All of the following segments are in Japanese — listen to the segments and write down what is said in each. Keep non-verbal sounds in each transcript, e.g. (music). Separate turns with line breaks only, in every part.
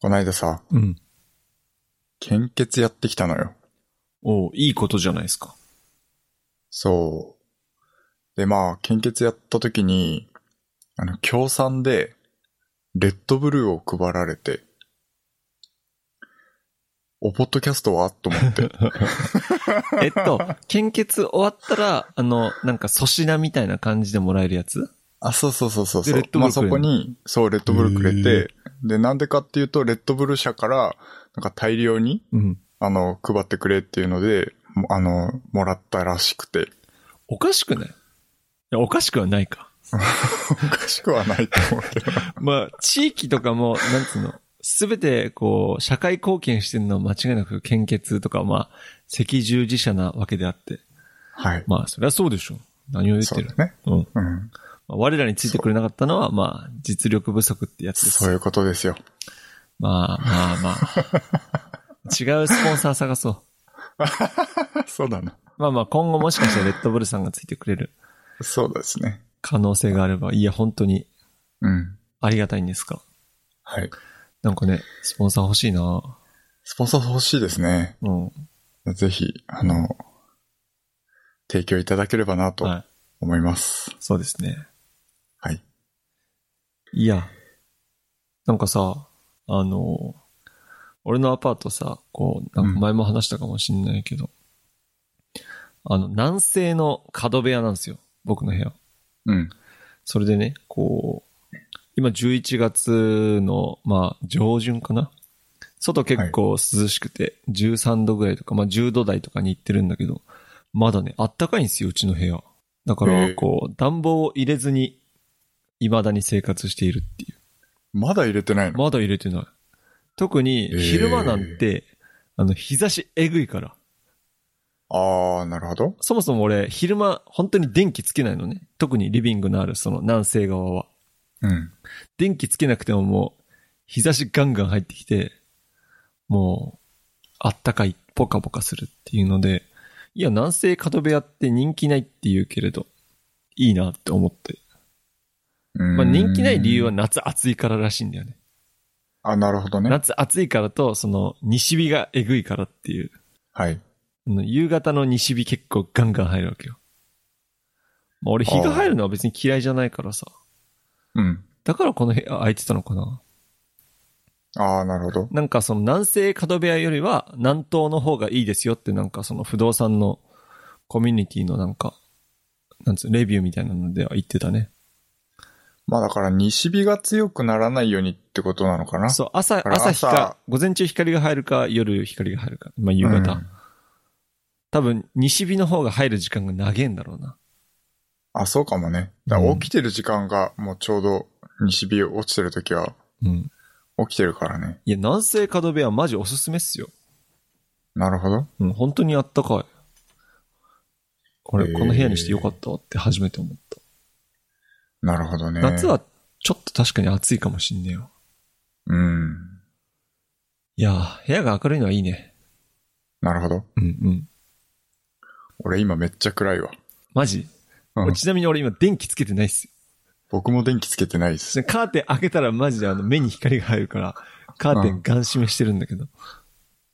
こないださ、
うん。
献血やってきたのよ。
おういいことじゃないですか。
そう。で、まあ、献血やった時に、あの、協賛で、レッドブルーを配られて、お、ポッドキャストはと思
(laughs)
って。
(laughs) えっと、献血終わったら、あの、なんか粗品みたいな感じでもらえるやつ
あ、そうそうそうそうそう。
でレッド
ま
ブル
あ、
ーく
そ
れんの
こに、そう、レッドブルーくれ
へ
て、で、なんでかっていうと、レッドブルー社から、なんか大量に、
うん。
あの、配ってくれっていうので、もあの、もらったらしくて。
おかしくないいや、おかしくはないか。
おかしくはないと思う
(laughs)
けど。
まあ、地域とかも、なんつうの、すべて、こう、社会貢献してるのは間違いなく献血とか、まあ、赤十字社なわけであって。
はい。
まあ、そりゃそうでしょ。何を言っ
そ
て
う
る
だね。
うん。
うん。
まあ我らについてくれなかったのは、まあ、実力不足ってやつです
そう。いうことです
(laughs)
よ。
まあまあまあ。 (laughs) 違うスポンサー探そう。
そうだな。
まあまあ今後もしかしたらレッドブルさんがついてくれる
そうですね。
可能性があれば、いや本当に
うん。
ありがたいんですが。
はい。
なんかね、スポンサー欲しいな
スポンサー欲しいですね。
うん。は
ぜひ、あの、提供いただければなと
い。
思います。
そうですね。
はい。
いや。なんかさ、あの、俺のアパートさ、こう、なんか前も話したかもしんないけど、あの、南西の角部屋なんですよ。僕の部屋。
うん。
それでね、こう、今11月の、まあ、上旬かな外結構涼しくて、13度ぐらいとか、まあ10度台とかに行ってるんだけど、まだね、あったかいんですよ、うちの部屋。だか
へ
ら、
え
こう、暖房を入れずに、未だに生活しているっていう。
まだ入れてないの、
まだ入れてない。特に、
へえ
昼間なんて、あの、日差しえぐいから。
あー、なるほど。
そもそも俺、昼間、本当に電気つけないのね。特にリビングのある、その、南西側は。
うん。
電気つけなくてももう、日差しガンガン入ってきて、もう、あったかい、ポカポカするっていうので、いや、南西角部屋って人気ないって言うけれど、いいなって思って。ま
ま
あ、人気ない理由は。夏暑いかららしいんだよね。
あ、なるほどね。
夏暑いからと、その、西日がえぐいからっていう。
はい。
あの夕方の西日結構ガンガン入るわけよ。まあ、俺日が入るのは別に嫌いじゃないからさ。
うん。
だからこの部屋空いてたのかな。
あー、なるほど。
なんかその南西角部屋よりは南東の方がいいですよってなんかその不動産のコミュニティのなんか、なんつう、レビューみたいなのでは言ってたね。
まあだから西日が強くならないようにってことなのかな。
そう、朝、
あれ
朝
朝
日か、午前中光が入るか、夜光が入るか、まあ夕方。
うん
多分、西日の方が入る時間が長えんだろうな。
あ、そうかもね。だか
う
ら
ん
起きてる時間がもうちょうど西日落ちてる時は
うん。
起きてるからね。
いや、南西角部屋マジおすすめっすよ。
なるほど。
うん、本当にあったかい。
へ
俺、
ー
この部屋にしてよかったわって初めて思った。
なるほどね。
夏はちょっと確かに暑いかもしんねえよ。
うん。
いやー、部屋が明るいのはいいね。
なるほど。
うんうん。
俺今めっちゃ暗いわ。
マジ、
うん
俺ちなみに俺今電気つけてないっすよ。
僕も電気つけてないです。
でカーテン開けたらマジであの目に光が入るから、カーテンガン締めしてるんだけど。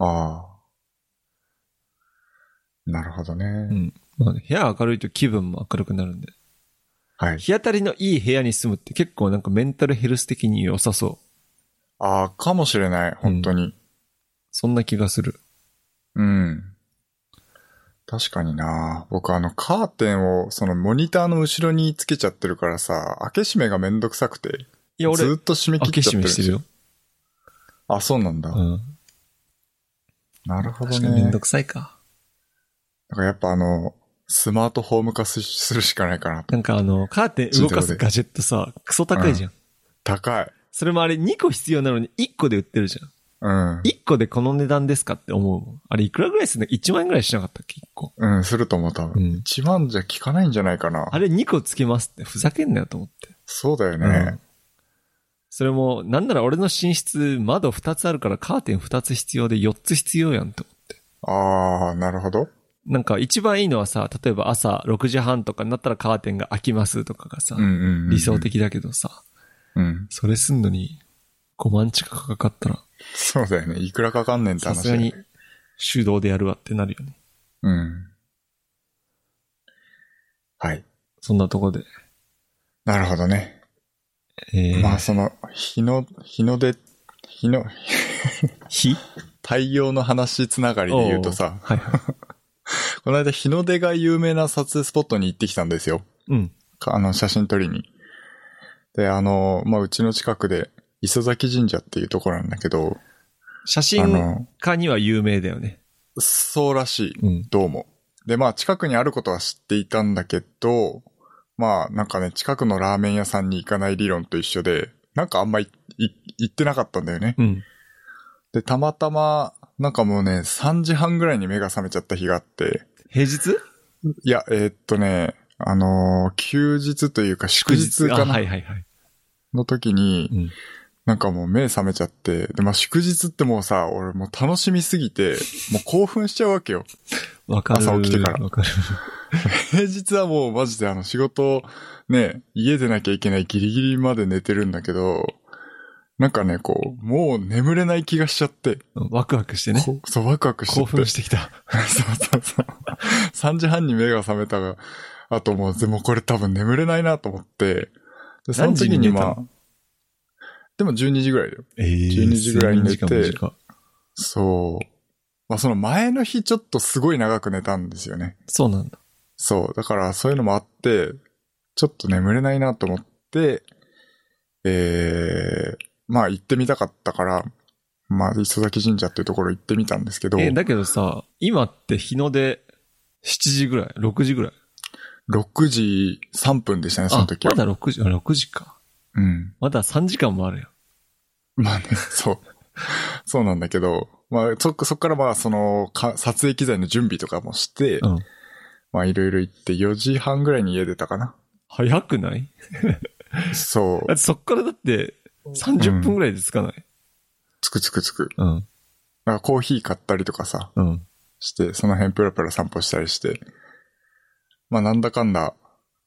ああ。なるほど
う
ね。
ん。まあね、部屋明るいと気分も明るくなるんで。
はい。
日当たりのいい部屋に住むって結構なんかメンタルヘルス的に良さそう。
ああ、かもしれない。本当に。
そんな気がする。
うん。確かにな。僕あのカーテンをそのモニターの後ろにつけちゃってるからさ、開け閉めがめんどくさくて、
いや、
ず
俺
ー、っと閉め
開
切
け
っちゃってるん
閉め
で
して
す
る
よ。
よ。
あ、そうなんだ。
うん。
なるほど
確かにめん
ね。
どくさいか。
だからやっぱあの、スマートホーム化すするしかないかなと。
なんかあの、カーテン動かすガジェットさ、クソ高いじゃん。
高い。
それもあれ2個必要なのに1個で売ってるじゃん。
うん。
1個でこの値段ですかって思うもん。あれいくらぐらいするの ?1 万円ぐらいしなかったっけ ?1 個。
うん、すると思う、多分。
うん
一番じゃ効かないんじゃないかな。
あれ2個つけますって、ふざけんなよと思って。
そうだよ
う
ね
ん。それも、なんなら俺の寝室、窓2つあるからカーテン2つ必要で4つ必要やんって思って。
ああ、なるほど。
なんか一番いいのはさ、例えば朝6時半とかになったらカーテンが開きますとかがさ、
うんうんうんうん
理想。的だけどさ、
うん。
それすんのに5万近くかかったら、
そうだよね。いくらかかんねんって
さ
話
す
だ
が
よ
に
ね。
手動でやるわってなるよね。
うん。はい。
そんなとこで。
なるほどね。
えー、
まあ、その、日の、日の出、日の、
火
太陽の話つながりで言うとさ、
はいはい。
この間日の出が有名な撮影スポットに行ってきたんですよ。
うん。
かあの、写真撮りに。で、あの、まあ、うちの近くで、磯崎神社っていうところなんだけど、
写
あ
真
の、
家には有名だよね。
そうらしい。
うん。
どうも。で、まあ、近くにあることは知っていたんだけど、まあ、なんかね、近くのラーメン屋さんに行かない理論と一緒で、なんかあんまいい行ってなかったんだよね。
うん。
で、たまたま、なんかもうね、3時半ぐらいに目が覚めちゃった日があって、
平日
いや、えーっとね、あのー休日というか祝日か
あ、
な、
はいはいはい。
の時に、
うん。
なんかもう目覚めちゃって、で、まあ祝日ってもうさ、俺もう楽しみすぎて、もう興奮しちゃうわけよ。
わかる。
朝起きてから
わかる。
平日はもうマジであの仕事、ね、家でなきゃいけないギリギリまで寝てるんだけど、なんかね、こう、もう眠れない気がしちゃって、
うんワクワクしてね。
こうそう、ワクワクしちゃ
興
って。
奮してきた。
そうそうそう。3時半に目が覚めたが、あともう、でもこれ多分眠れないなと思って、で、その時にま
何
あ、でも12時ぐらいだよ。
えー
12時ぐらいに寝て
睡眠時間も短い
そう。まあその前の日ちょっとすごい長く寝たんですよね。
そうなんだ。
そう。だからそういうのもあって、ちょっと眠れないなと思って、えー、まあ行ってみたかったから、まあ磯崎神社っていうところ行ってみたんですけど、
えーだけどさ、今って日の出7時ぐらい ?6 時ぐらい
6時3分でしたね、その
あ、
時
ま
は。
だ6時、あ6時か。
うん。
まだ3時間もあるよ。
まあね、そう。 (laughs) そうなんだけど、まあ、そっか、そっからまあ、その、か撮影機材の準備とかもして、
うん。
まあ、いろいろ行って、4時半ぐらいに家出たかな。
早くない
そ
だ
う。
ってそっからだって30分ぐらいで着かない、
つくつくつく。
うん、
なんかコーヒー買ったりとかさ、
うん。
して、その辺プラプラ散歩したりして、まあ、なんだかんだ、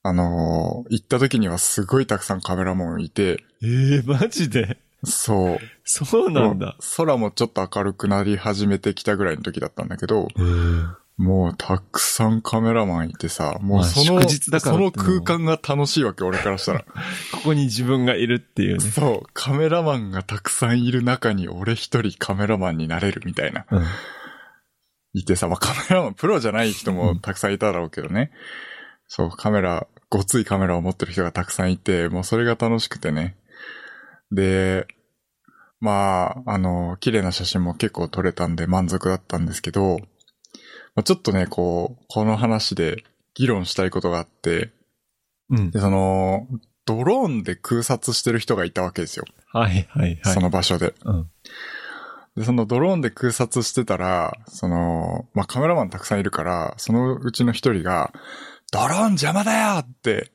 あのー行った時にはすごいたくさんカメラマンいて、
ええマジで
そう。
そうなんだ。
空もちょっと明るくなり始めてきたぐらいの時だったんだけど、
えー
もうたくさんカメラマンいてさ、も
ま
う
あ
その、
祝日だから
その
ってのも
空間が楽しいわけ、俺からしたら。
ここに自分がいるっていうね。
そう、カメラマンがたくさんいる中に俺一人カメラマンになれるみたいな。
うん。
いてさ、まあ、カメラマン、プロじゃない人
う
も
ん
たくさんいただろうけどね。そう、カメラ、ごついカメラを持ってる人がたくさんいて、もうそれが楽しくてね。で、まあ、あの、綺麗な写真も結構撮れたんで満足だったんですけど、まあ、ちょっとね、こう、この話で議論したいことがあって、
うん
で、。その、ドローンで空撮してる人がいたわけですよ。
はいはいはい。
その場所で。
うん。
で、そのドローンで空撮してたら、その、まあ、カメラマンたくさんいるから、そのうちの一人が、ドローン邪魔だよって、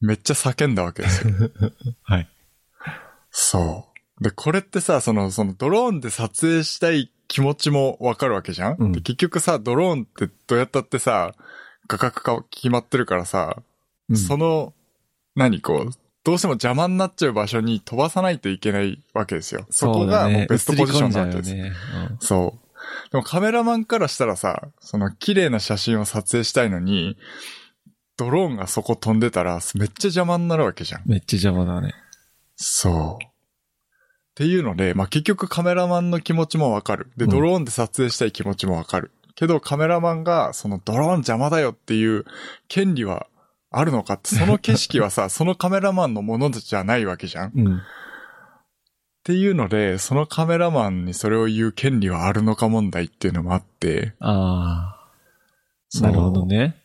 めっちゃ叫んだわけですよ。
(laughs) はい。
そう。で、これってさ、その、そのドローンで撮影したい気持ちもわかるわけじゃん、
うん
で結局さ、ドローンってどうやったってさ、画角が決まってるからさ、
うん
その、何こう、どうしても邪魔になっちゃう場所に飛ばさないといけないわけですよ。そこがもうベストポジションなわけです。
映り込んじゃうよね
そう。でもカメラマンからしたらさ、その綺麗な写真を撮影したいのに、ドローンがそこ飛んでたらめっちゃ邪魔になるわけじゃん。
うんめっちゃ邪魔だね。
そう。っていうので、まあ、結局カメラマンの気持ちもわかる。で、
うん
ドローンで撮影したい気持ちもわかる。けどカメラマンがそのドローン邪魔だよっていう権利はあるのかって、その景色は
(laughs)
さ、そのカメラマンのものじゃないわけじゃん。
うん。
っていうので、そのカメラマンにそれを言う権利はあるのか問題っていうのもあって、
ああ。
そう
なるほどね。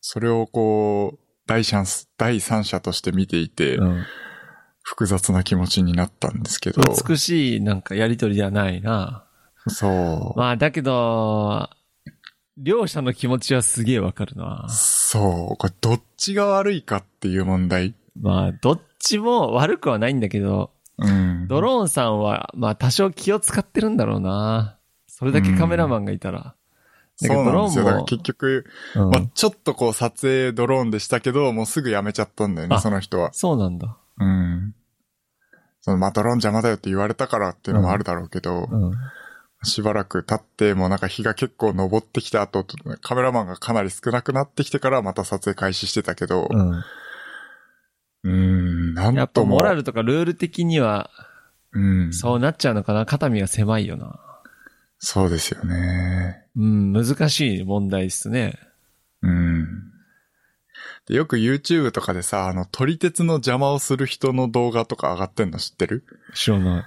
それをこう、第三者、第三者として見ていて、
うん。
複雑な気持ちになったんですけど、
美しいなんかやりとりではないな。
そう、
まあだけど、両者の気持ちはすげえわかるな。
そう、これどっちが悪いかっていう問題。
まあどっちも悪くはないんだけど、
うん。
ドローンさんはまあ多少気を使ってるんだろうな。それだけカメラマンがいたら。だけ
そ
ど
う
ド
なん
ロ
ですよ。だから
ー
結局、
ンも、う
まあ
ん、
ちょっとこう撮影ドローンでしたけど、もうすぐやめちゃったんだよね、
あ
その人は。
そうなんだ。
うん。そのまたロン邪魔だよって言われたからっていうのもあるだろうけど、
うん。
しばらく経って、もうなんか日が結構昇ってきた後、カメラマンがかなり少なくなってきてからまた撮影開始してたけど、
うん。
うーん、なんとも。
やっぱモラルとかルール的には、
うん。そう。
そうなっちゃうのかな肩身が狭いよな。
ですよね。
うん、難しい問題ですね。
うん。でよく YouTube とかでさ、あの、撮り鉄の邪魔をする人の動画とか上がってんの知ってる
知らない。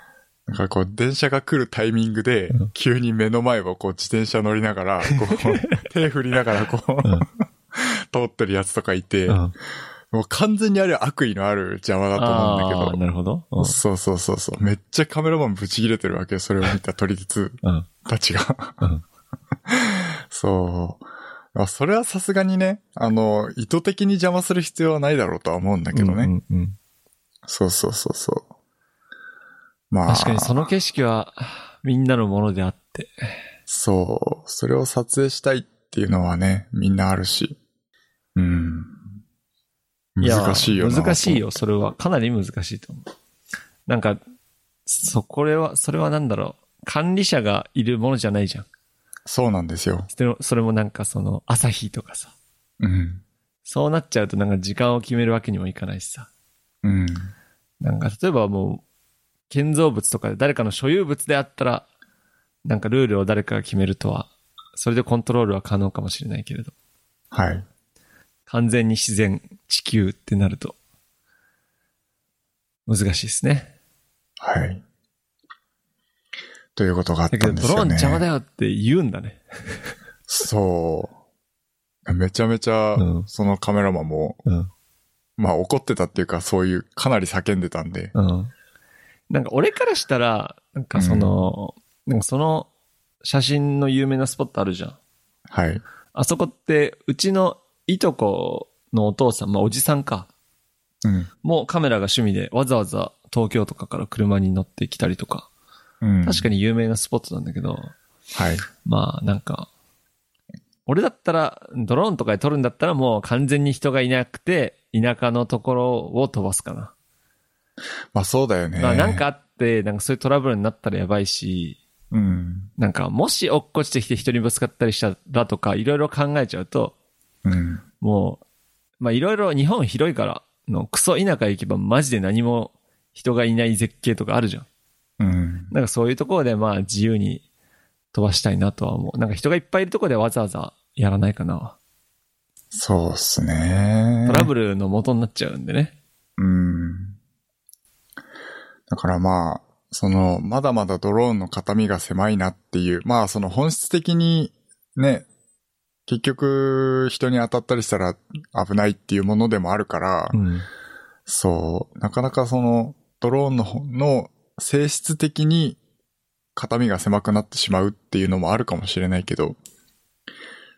なんかこう、電車が来るタイミングで
うん、
急に目の前をこう、自転車乗りながら、こ
(laughs)
う、手振りながらこう、
うん
通ってるやつとかいて、
うん。
もう完全にあれは悪意のある邪魔だと思うんだ
あ
け
ー
ど。
なるほど。うん
そうそうそうそう。めっちゃカメラマンブチ切れてるわけよ。それを見た撮り鉄
うん。
たちが。
うん
そう。あそれはさすがにね、あの、意図的に邪魔する必要はないだろうとは思うんだけどね。
うんうんうん
そうそうそうそう。まあ、
確かにその景色は、みんなのものであって。
そう。それを撮影したいっていうのはね、みんなあるし。うん。
や
難しいよな
難しい。よ、それは。かなり難しいと思う。なんか、そ、これは、それはなんだろう。管理者がいるものじゃないじゃん。
そうなんですよ。
それそれもなんかその、朝日とかさ。
うん。
そうなっちゃうとなんか時間を決めるわけにもいかないしさ。
うん。
なんか例えばもう、建造物とかで誰かの所有物であったら、なんかルールを誰かが決めるとは、それでコントロールは可能かもしれないけれど、
はい。
完全に自然、地球ってなると、難しいですね。
はい。ということがあっ
だけ
た
ど、
んで
ド
す
ローン
よね。
邪魔だよって言うんだね。
そう。めちゃめちゃ
うん、
そのカメラマンも、
うん。
まあ怒ってたっていうか、そういう、かなり叫んでたんで。
うん。なんか俺からしたら、なんかその、なんかその写真の有名なスポットあるじゃん。
はい。
あそこって、うちのいとこのお父さん、まあおじさんか。
うん。
もうカメラが趣味でわざわざ東京とかから車に乗ってきたりとか、
うん。
確か
に。
に有名なスポットなんだけど、
はい。
まあなんか、俺だったら、ドローンとかで撮るんだったらもう完全に人がいなくて、田舎のところを飛ばすかな。
まあそうだよね。
まあなんかあって、なんかそういうトラブルになったらやばいし、
うん。
なんかもし落っこちてきて人にぶつかったりしたらとか、いろいろ考えちゃうと、
うん。
もう、まあいろいろ日本広いから、のクソ田舎行けばマジで何も人がいない絶景とかあるじゃん。
うん。
なんかそういうところでまあ自由に飛ばしたいなとは思う。なんか人がいっぱいいるところでわざわざやらないかな。
そうっすね。
トラブ
ル。
ルの元になっちゃうんでね。
うん。だからまあ、その、まだまだドローンの形見が狭いなっていう、まあその本質的に、ね、結局、人に当たったりしたら危ないっていうものでもあるから、
うん。
そう、なかなかその、ドローンのほの性質的に、肩身が狭くなってしまうっていうのもあるかもしれないけど、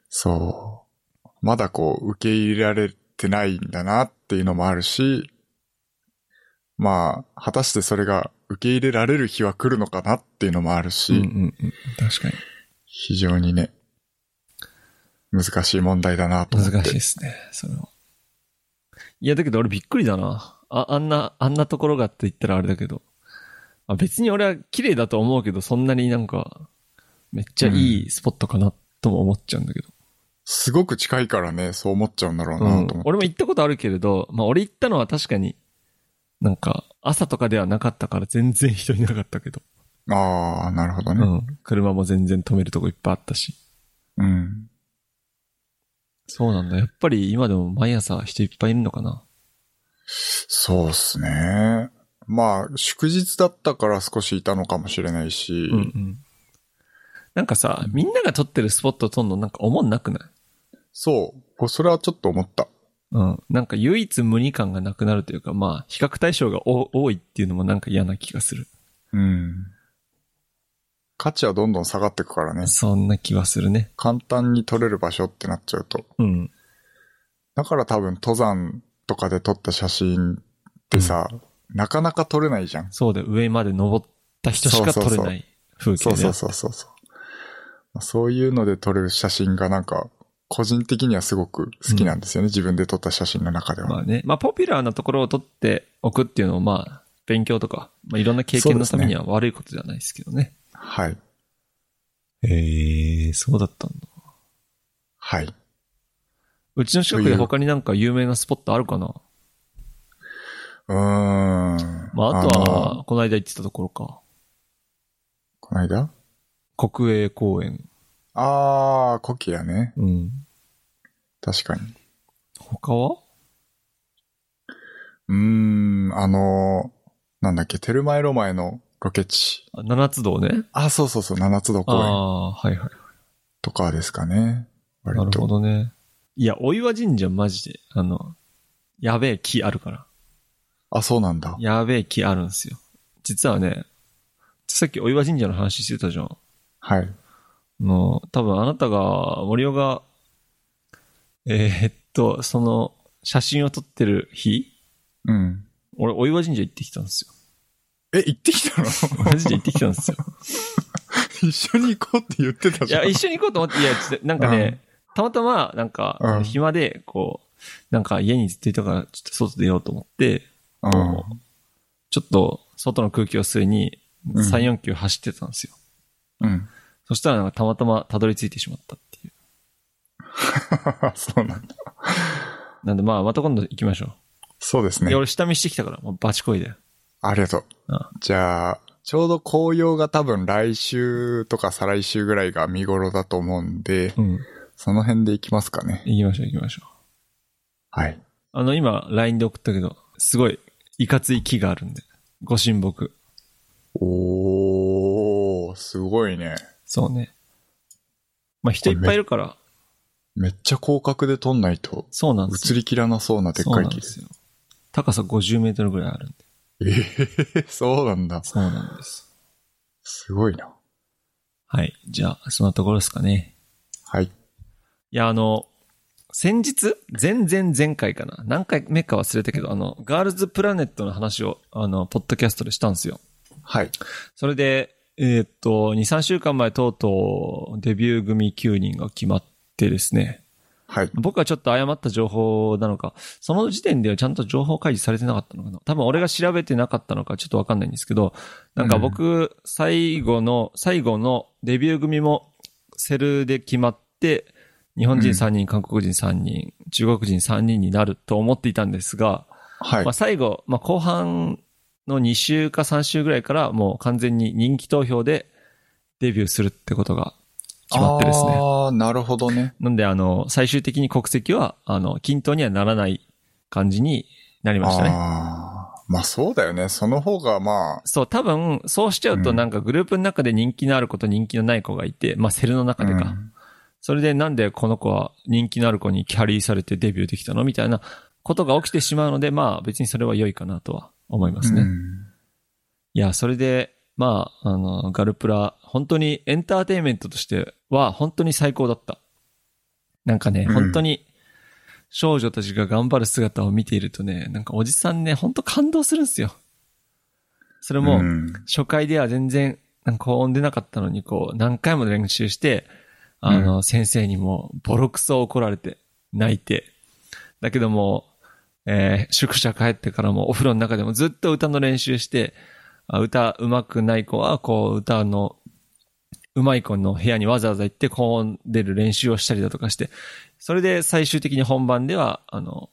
そう、まだこう、受け入れられてないんだなっていうのもあるし、まあ、果たしてそれが受け入れられる日は来るのかなっていうのもあるし、
うんうんうん。確かに。
非常にね、難しい問題だなと思って。
難しいですね。それは。いや、だけど俺びっくりだな。あ、あんな、あんなところがって言ったらあれだけど。あ別に俺は綺麗だと思うけど、そんなになんか、めっちゃいいスポットかなとも思っちゃうんだけど。
すごく近いからね、そう思っちゃうんだろうな
う
と思
ん
って。、
俺も行ったことあるけれど、まあ俺行ったのは確かに、なんか朝とかではなかったから全然人いなかったけど、
ああ、なるほど
う
ね。
ん。車も全然止めるとこいっぱいあったし。
うん
そうなんだ。やっぱり今でも毎朝人いっぱいいるのかな。
そうっすね。まあ、祝日だったから少しいたのかもしれないし、
うんうん。なんかさ、みんなが撮ってるスポット撮んのなんか思んなくない
そう、それはちょっと思った。
うん。なんか唯一無二感がなくなるというか、まあ、比較対象がお多いっていうのもなんか嫌な気がする。
うん。価値はどんどん下がってくからね。
そんな気はするね。
簡単に取れる場所ってなっちゃうと。
うん。
だから多分登山とかで撮った写真ってさ、なかなか撮れないじゃん。
そうで、上まで登った人しか撮れない風景
そう
であ
そ
っ
うそうそうそう。まあそういうので撮れる写真がなんか、個人的にはすごく好きなんですよね。自分で撮った写真の中では。
まあね。まあ、ポピュラーなところを撮っておくっていうのも、まあ、勉強とか、まあ、いろんな経験のためには悪いことではないですけどね。
はい。
ええそうだったんだ。
はい。
うちの近くで他になんか有名なスポットあるかな
うーん。ま
まあ、あと
の、
は、この間言ってたところか。
この間
国営公園。
あー、コキやね。
うん。
確かに。
他は
うーん、あの、なんだっけ、テルマエロマエのロケ地。
あ七つ道ね。
あ、そうそうそう、七つの
あ
公園
あ、はいはい。
とかですかね。割
なる
と。
ほどね。いや、お岩神社マジで、あの、やべえ木あるから。
あ、そうなんだ。
やべえ木あるんすよ。実はね、さっきお岩神社の話してたじゃん。
はい。
の、多分あなたが、森尾が、えーっと、その、写真を撮ってる日、
うん。
俺、お岩神社行ってきた
(laughs)
んですよ。
え、行ってきた
(laughs)
の
マジで行ってきたんですよ。
(laughs) 一緒に行こうって言ってた
い
じゃ
や、
ん。
一緒に行こうと思って、いや、ちょっとなんかね、たまたま、なん
う
か
ん、
暇で、こう、なんか家にずっといたから、ちょっと外出ようと思って、
うん。
ちょっと、外の空気を吸いに、
うん
3、4キロ走ってたんですよ。
うん。 (laughs)
そしたら、なんかたまたまたどり着いてしまったっていう。
そうなんだ。
なんで、まあ、また今度行きましょ
そうです
う。
ね
で、。俺下見してきたから、もうバチコイだよ。
ありがとう
あ。
じゃあ、ちょうど紅葉が多分来週とか再来週ぐらいが見頃だと思うんで、
うん。
その辺で行きますかね。
行きましょう、行きましょう。
はい。
あの、今、LINE で送ったけど、すごい、いかつい木があるんで。ご神木。
おー、すごいね。
そうね。まあ、人いっぱいいるから、
めっちゃ広角で撮んないと
そうなんです
映
よ。
りきらなそうなでっ
そう
かい
なん
木
で。すよ。高さ50メートルぐらいあるんで。
ええそうなんだ。
そうなんです。
すごいな。
はい。じゃあ、そんなところですかね。
はい。
いや、あの、先日前々前回かな何回目か忘れたけど、あの、ガールズプラネットの話を、あの、ポッドキャストでしたんですよ。
はい。
それで、えーっと、2、3週間前とうとうデビュー組9人が決まってですね。
はい。
僕はちょっと誤った情報なのか、その時点ではちゃんと情報開示されてなかったのかな多分俺が調べてなかったのかちょっとわかんないんですけど、なんか僕、最後の、最後のデビュー組もセルで決まって、日本人3人、韓国人3人、中国人3人になると思っていたんですが、
はい
まあ、。最後、まあ、後半の2週か3週ぐらいからもう完全に人気投票でデビューするってことが決まってですね。
ああ、なるほどね。
なんで、あの、最終的に国籍は、あの、均等にはならない感じになりましたね。
ああ、まあそうだよね。その方がまあ、
そう、多分、そうしちゃうと
うん
なんかグループの中で人気のある子と人気のない子がいて、まあ、セルの中でか。
うん
それでなんでこの子は人気のある子にキャリーされてデビューできたのみたいなことが起きてしまうので、まあ、別にそれは良いかなとは思いますね。
うん
いや、それで、まあ、あの、ガルプラ、本当にエンターテインメントとしては、本当に最高だった。なんかね、
うん
本当に、少女たちが頑張る姿を見ているとね、なんかおじさんね、本当感動するんですよ。それも、
うん
初回では全然、なんか高音出なかったのに、こう、何回も練習して、あの、先生にも、ボロクソ怒られて、泣いて。だけども、えー宿舎帰ってからも、お風呂の中でもずっと歌の練習して、あ歌上手くない子は、こう、歌の、上手い子の部屋にわざわざ行って、高音出る練習をしたりだとかして、それで最終的に本番では、あの、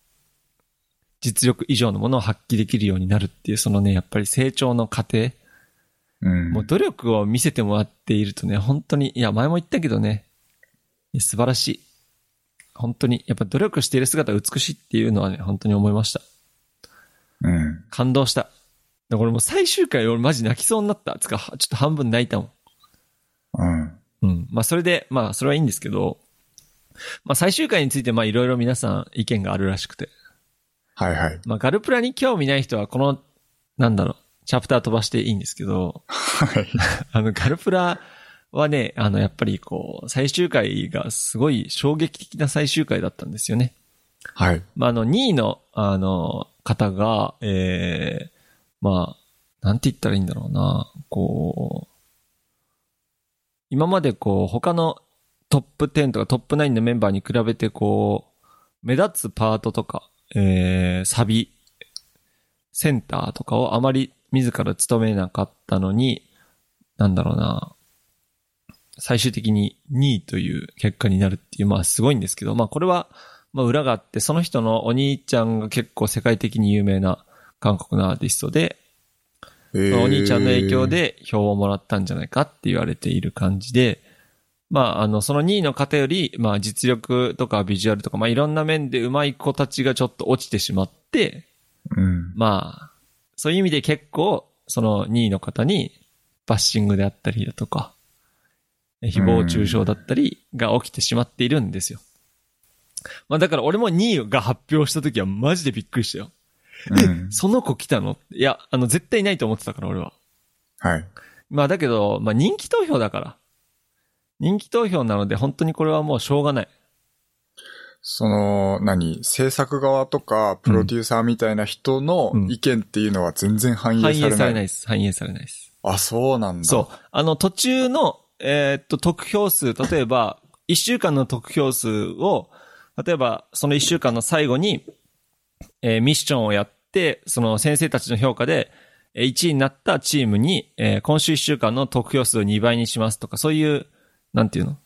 実力以上のものを発揮できるようになるっていう、そのね、やっぱり成長の過程。
うん
もう努力を見せてもらっているとね、本当に、いや、前も言ったけどね、いや素晴らしい。本当に、やっぱ努力している姿が美しいっていうのはね、本当に思いました。
うん
感動した。で俺もう最終回、俺マジ泣きそうになった。つか、はちょっと半分泣いたもん。
うん
うん。まあ、それで、まあ、それはいいんですけど、まあ、最終回について、まあ、いろいろ皆さん意見があるらしくて。
はいはい。
まあ、ガルプラに興味ない人は、この、なんだろう、チャプター飛ばしていいんですけど、
はい。
(laughs) あの、ガルプラはね、あの、やっぱりこう、最終回がすごい衝撃的な最終回だったんですよね。
はい。
まあ、あの、2位の、あの、方が、ええまあ、なんて言ったらいいんだろうな、こう、今までこう、他のトップ10とかトップ9のメンバーに比べてこう、目立つパートとか、ええサビ、センターとかをあまり自ら勤めなかったのに、なんだろうな、最終的に2位という結果になるっていう、まあすごいんですけど、まあこれは、まあ裏があって、その人のお兄ちゃんが結構世界的に有名な韓国のアーティストで、
え
そ
ー
のお兄ちゃんの影響。で票をもらったんじゃないかって言われている感じで、まあ、あの、その2位の方より、まあ、実力とかビジュアルとか、まあ、いろんな面で上手い子たちがちょっと落ちてしまって、
うん。
まあ、そういう意味で結構、その2位の方にバッシングであったりだとか、え誹謗中傷だったりが起きてしまっているんですよ。まあ、だから俺も2位が発表した時はマジでびっくりしたよ。
うん。
その子来たのいや、あの、絶対ないと思ってたから俺は。
はい。
まあだけど、まあ人気投票だから。人気投票なので本当にこれはもうしょうがない。
その、何制作側とか、プロデューサーみたいな人の
うん
意見っていうのは全然反映さ
反
れない。
映されないです。反映されないです。
あ、そうなんだ。
そう。あの途中の、えーっと、得票数、例えば、1週間の得票数を、例えばその1週間の最後に、えーミッションをやって、その先生たちの評価で、えー1位になったチームに、えー今週1週間の得票数を2倍にしますとか、そういう、なんていうの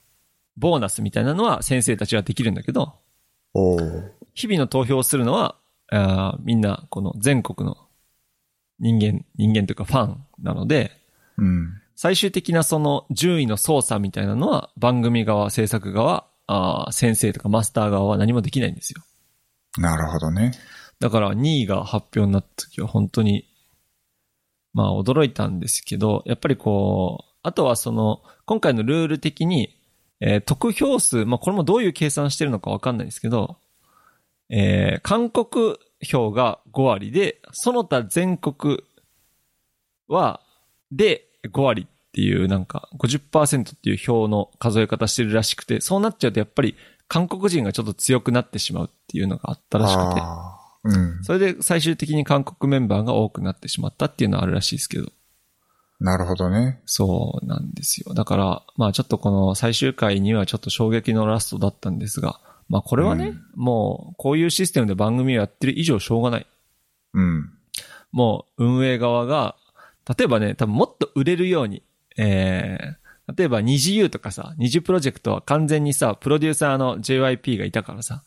ボーナスみたいなのは先生たちはできるんだけど、
おー
日々の投票をするのは、あーみんな、この全国の人間、人間というかファンなので、
うん。
最終的なその順位の操作みたいなのは番組側、制作側、あー先生とかマスター側は何もできないんですよ。
なるほどね。
だから2位が発表になった時は本当に、まあ驚いたんですけど、やっぱりこう、あとはその、今回のルール的に、えー得票数、まあこれもどういう計算してるのかわかんないですけど、えー韓国票が5割で、その他全国は、で5割っていうなんか50%っていう票の数え方してるらしくて、そうなっちゃうとやっぱり韓国人がちょっと強くなってしまうっていうのがあったらしくて。
あーうん。
それで最終的に韓国メンバーが多くなってしまったっていうのはあるらしいですけど。
なるほどね。
そうなんですよ。だから、まあちょっとこの最終回にはちょっと衝撃のラストだったんですが、まあこれは
う
ね、
ん
もうこういうシステムで番組をやってる以上しょうがない。
うん。
もう運営側が、例えばね、多分もっと売れるように、えー、例えば 20U とかさ、20プロジェクトは完全にさ、プロデューサーの JYP がいたからさ、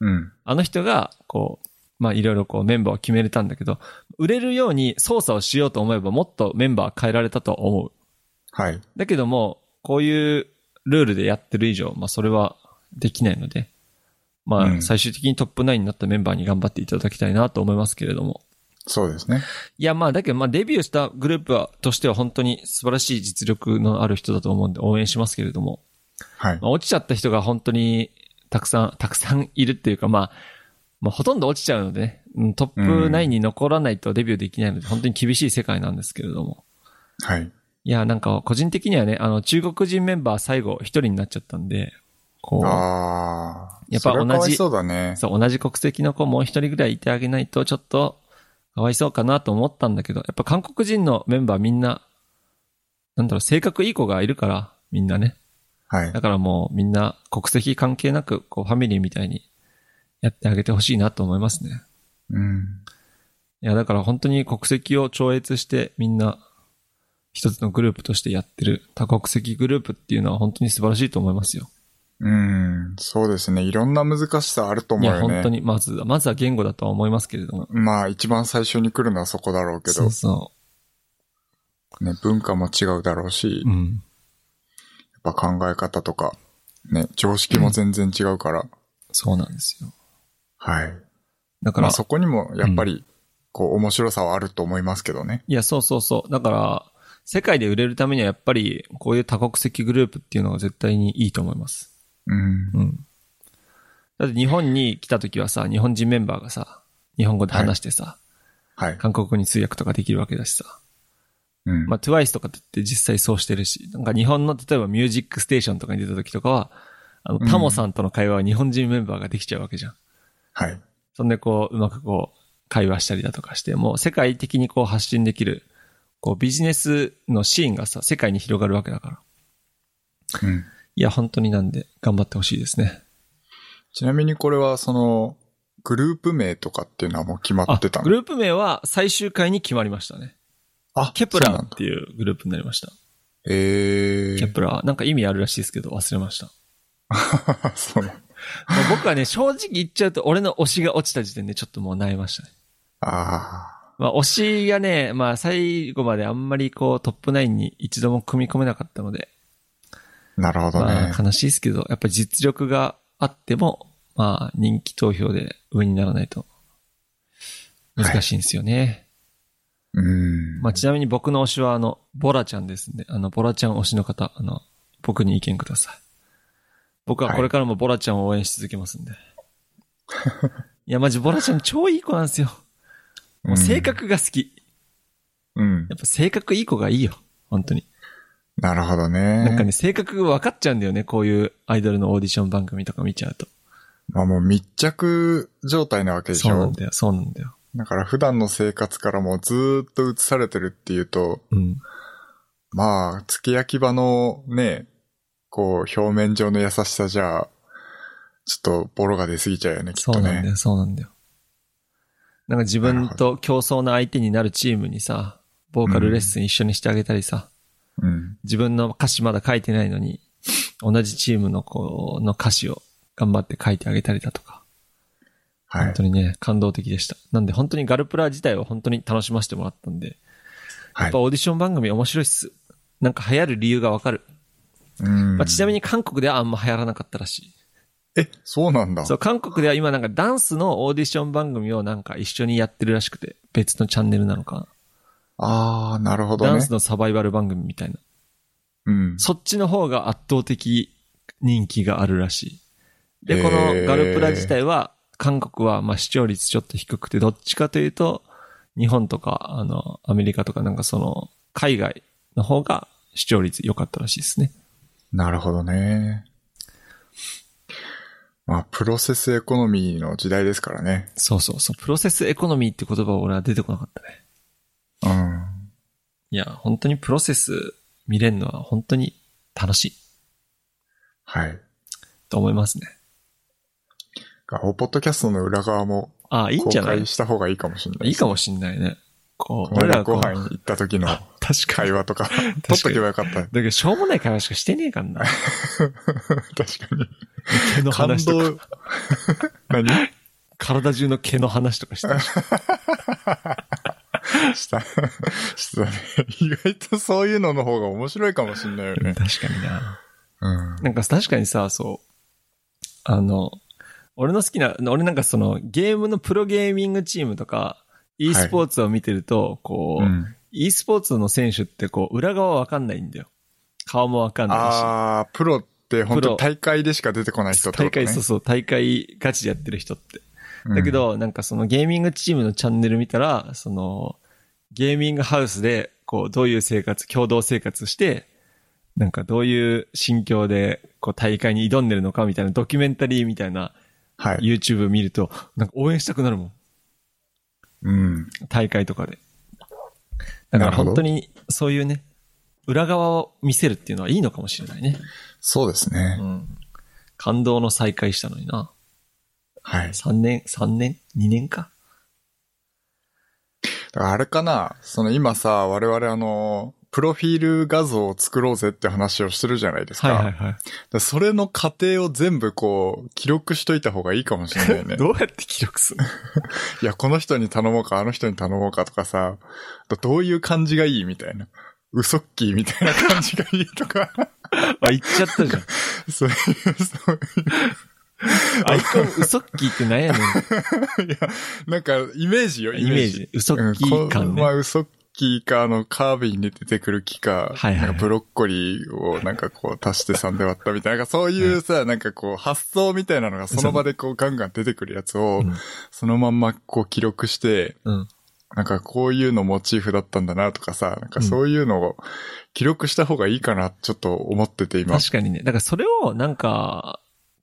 うん。
あの人が、こう、まあ、いろいろこうメンバーを決めれたんだけど、売れるように操作をしようと思えばもっとメンバーは変えられたとは思う。
はい。
だけども、こういうルールでやってる以上、まあ、それはできないので、
う
まあ、
ん
最終的にトップ9になったメンバーに頑張っていただきたいなと思いますけれども。
そうですね。
いや、まあ、だけど、まあ、デビューしたグループは、としては本当に素晴らしい実力のある人だと思うんで応援しますけれども。
はい
ま。あ、落ちちゃった人が本当にたくさん、たくさんいるっていうか、まあ、まあ、ほとんど落ちちゃうのでね、うんトップ
うん
9に残らないとデビューできないので、本当に厳しい世界なんですけれども。
はい。
いや、なんか、個人的にはね、あの、中国人メンバー最後一人になっちゃったんで、こう、
ああ。
やっぱ
それは
同じ
かわいそうだね。
そう、同じ国籍の子もう一人ぐらいいてあげないと、ちょっと、かわいそうかなと思ったんだけど、やっぱ韓国人のメンバーみんな、なんだろう、性格いい子がいるから、みんなね。
はい
だ。からもうみんな国籍関係なく、こうファミリーみたいにやってあげてほしいなと思いますね。
うん。
いや、だから本当に国籍を超越してみんな一つのグループとしてやってる多国籍グループっていうのは本当に素晴らしいと思いますよ。
うん。そうですね。いろんな難しさあると
い
思う
や、
よね。
本当に、まずは、まずは言語だとは思いますけれども。
まあ、一番最初に来るのはそこだろうけ
そ
ど
う、そ
ね、文化も違うだろうし、
う。うん。
やっぱ考え方とか、ね、常識も全然違うから、
そうなんですよ。
はい。
だから、
まあそこにもやっぱり、こう、面白さはあると思いますけどね。
いや、そうそうそう。だから、世界で売れるためにはやっぱりこういう多国籍グループっていうのが絶対にいいと思います。
うん。
うん。だって日本に来た時はさ、日本人メンバーがさ、日本語で話してさ、
はい。
韓国語に通訳とかできるわけだしさ。
うん。
まあ、TWICE とかだって実際そうしてるし、なんか日本の例えばミュージックステーションとかに出た時とかは、あの、
うん
タモさんとの会話は日本人メンバーができちゃうわけじゃん。
はい。
そんでこう、うまくこう、会話したりだとかして、もう世界的にこう発信できる、こうビジネスのシーンがさ、世界に広がるわけだから。
うん。
いや、本当になんで頑張ってほしいですね。
ちなみにこれは、その、グループ名とかっていうのはもう決ま
あ
ってた、の
グループ名は最終回に決まりましたね。
あ、
ケ
そ
プ
う
ラ
な
ー
ん
っ
だ
ていうグループになりました。
え
ケ
ー。
プラー、なんか意味あるらしいですけど、忘れました。
(laughs) そうなんだ
まあ僕はね、正直言っちゃうと、俺の推しが落ちた時点でちょっともう萎えましたね。
あ
まあ、推しがね、まあ、最後まであんまりこう、トップ9に一度も組み込めなかったので、
あ、なるほど
ま
ね
あ、。悲しいですけど、やっぱり実力があっても、まあ、人気投票で上にならないと、難しいんですよね。
うん。
まあ、ちなみに僕の推しは、あの、ボラちゃんですね。あの、ボラちゃん推しの方、あの、僕に意見ください。僕はこれからもボラちゃんを応援し続けますんで。い、や、マジボラちゃん超いい子なんですよ。もう性格が好き。
うん。うん。
やっぱ性格いい子がいいよ。本当に。
なるほどね。
なんかね、性格分かっちゃうんだよね。こういうアイドルのオーディション番組とか見ちゃうと。
まあもう密着状態なわけでし
そうな
ょ
ん。だよ、そうなんだよ。
だから普段の生活からもうずーっと映されてるっていうと、
うん。
まあ、付け焼き場のね、こう、表面上の優しさじゃ、ちょっとボロが出すぎちゃうよね、きっ
そ
と
うなんだ
ね。
よ、そうなんだよ。なんか自分と競争の相手になるチームにさ、ボーカルレッスン一緒にしてあげたりさ、
うん。
自分の歌詞まだ書いてないのに、同じチームの子の歌詞を頑張って書いてあげたりだとか、
は
本
い
当。にね、感動的でした。なんで本当にガルプラ自体を本当に楽しませてもらったんで、
は
やっ
い
ぱ。オーディション番組面白いっす。なんか流行る理由がわかる。
うん
まあ、ちなみに韓国ではあんま流行らなかったらし
え、そうなんだ
い。。そう、韓国では今なんかダンスのオーディション番組をなんか一緒にやってるらしくて、別のチャンネルなのか
ああ、なるほ
な。
ど
ダン
ね
ス。のサバイバル番組みたいな。
うん。
そっちの方が圧倒的人気があるらしい。
へー
で、このガルプラ自体は、韓国はまあ視聴率ちょっと低くて、どっちかというと、日本とか、あの、アメリカとかなんかその、海外の方が視聴率良かったらしいですね。
なるほどね。まあ、プロセスエコノミーの時代ですからね。
そうそうそう。プロセスエコノミーって言葉は俺は出てこなかった
う
ね。
ん。
いや、本当にプロセス見れるのは本当に楽しい
はい。
と思いますね。
がおポッドキャストの裏側も
ああ、いいん
公
じゃない
開した方がいいかもしれない
い
で
い
す。
かもしんないね。こう、
俺
俺
ら
らこ
ご
う、
飯行った時の
確かに
会。話とか、撮っとけばよかった。 (laughs)
だけど、しょうもない会話しかしてねえからな。
確かに。
毛の
感
話とか、
動。何
体中の毛の話とかしてるし。
した。したね。意外とそういうのの方が面白いかもしんないよ
(laughs) 確
ね。
かにな。
うん。
なんか確かにさ、そう。あの、俺の好きな、俺なんかその、ゲームのプロゲーミングチームとか、e スポーツを見てると、こう、
うん
e スポーツの選手ってこう、裏側わかんないんだよ。顔もわかんないし。
あー、プロって本
プ
当
ロ
大会でしか出てこない人って
大
ことね。
会、そうそう、大会ガチでやってる人って。
うん
だけ、ど、なんかそのゲーミングチームのチャンネル見たら、その、ゲーミングハウスで、こう、どういう生活、共同生活して、なんかどういう心境で、こう、大会に挑んでるのかみたいなドキュメンタリーみたいな
はい。
YouTube 見ると、なんか応援したくなるもん。
うん。
大会とかで。だか
なる
ら
ほど
本当に、そういうね、裏側を見せるっていうのはいいのかもしれないね。
そうです
う
ね。
ん。感動の再会したのにな。
はい。
3年、3年 ?2 年か。
だからあれかなその今さ、我々あの、プロフィール画像を作ろうぜって話をしてるじゃないですか。
はいはいは
だ
い。
からそれの過程を全部こう、記録しといた方がいいかもしれないね。
どうやって記録するの
いや、この人に頼もうか、あの人に頼もうかとかさ、どどういう感じがいいみたいな。ウソッキーみたいな感じがいいとか、 (laughs)
あ、言っちゃったじゃん。
そういう、そう
アイコン、ウソッキーってなんやねん。
いう、いや、なんか、イメージよ、
(laughs) イメージ。ウソッキー
うん
感
こまあ、
ね。
ウソッキーか、あの、カービィに出てくる木か、
はいはいはい
なんかブロッコリーをなんかこう足して3で割ったみたいな、なんかそういうさ、なんかこう発想みたいなのがその場でこうガンガン出てくるやつを
うん、
そのまんまこう記録して、
うん。
なんかこういうのモチーフだったんだなとかさ、なんかそういうのを記録した方がいいかな、ちょっと思ってて今。
確かにね。だからそれをなんか、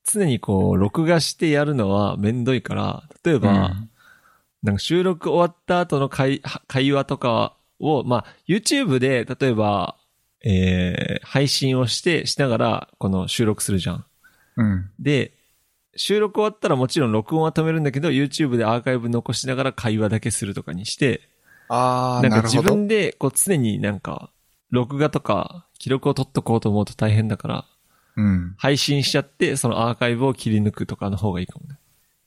常にこう、録画してやるのはめんどいから、例えば、
うん
なんか収録終わった後の会会話とかを、まあ、YouTube で、例えば、えー、配信をして、しながら、この収録するじゃん。
うん。
で、収録終わったらもちろん録音は止めるんだけど、YouTube でアーカイブ残しながら会話だけするとかにして、
ああ、
なんか
なる
自
ほど。
分でこう常になんか、録画とか記録を取っとこうと思うと大変だから、
うん。
配信しちゃって、そのアーカイブを切り抜くとかの方がいいかもね。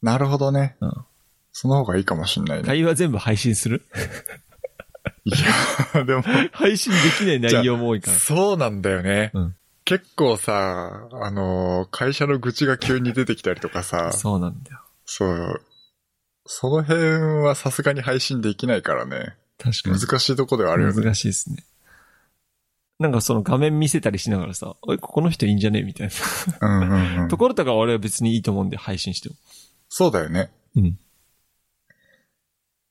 なるほどね。
うん
その方がいいかもしんないね。
会話全部配信する (laughs)
いや、 (laughs) でも、
配信できない内容も多いから。
そうなんだよね。
うん
結構さ、あのー、会社の愚痴が急に出てきたりとかさ、
(laughs) そうなんだよ。
そう。その辺はさすがに配信できないからね。
確かに。
難しいとこではあるよね。
難しいですね。なんかその画面見せたりしながらさ、おい、ここの人いいんじゃねみたいな。
うんうんうん
と。ころとか俺は別にいいと思うんで配信しても。
そうだよね。
うん。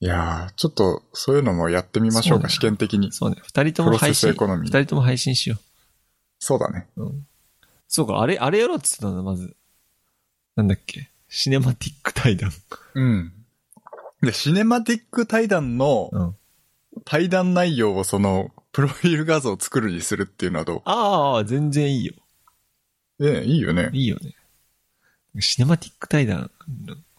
いやー、ちょっと、そういうのもやってみましょうか、
そうだね
試験的に。
そうね。二人とも配信。
プロセスエコノ
二
ミー
人とも配信しよ
そうだね。
う。うん。そうか、あれ、あれやろうっつったんだ、まず。なんだっけ。シネマティック対談。
うん。で、シネマティック対談の
うん。
対談内容をその、プロフィール画像を作るにするっていうのはど
ああ、全然いいよ。
うええ、いいよね。
いいよね。シネマティック対談、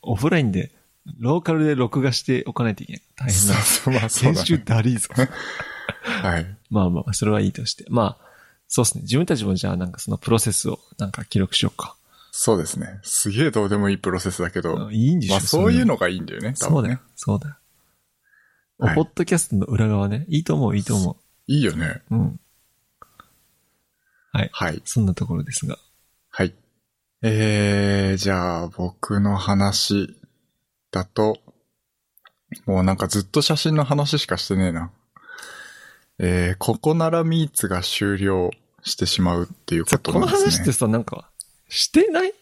オフラインで、ローカルで録画しておかないといけない。大変
そう
だ。
そう、まあそう
先
だ、
週
ね。
ダリーぞ。
はい。
(laughs) まあまあ、それはいいとして。まあ、そうですね。自分たちもじゃあなんかそのプロセスをなんか記録しようか。
そうですね。すげえどうでもいいプロセスだけど、
いいんでしょ
まあそういう
の。
のがいいんだよね、多
そう
分
だ
ね
よ。。そうだよ。
はい
ポッドキャストの裏側ね。いいと思う、いいと思
いいよね。
う。うん。はい。
はい。
そんなところですが。
はい。えー、じゃあ僕の話だと、もうなんかずっと写真の話しかしてねえな。えー、ここならミーツが終了してしまうっていうこ
さ、
と
こ
な
の
んですね。
話ってさ、なんか、してない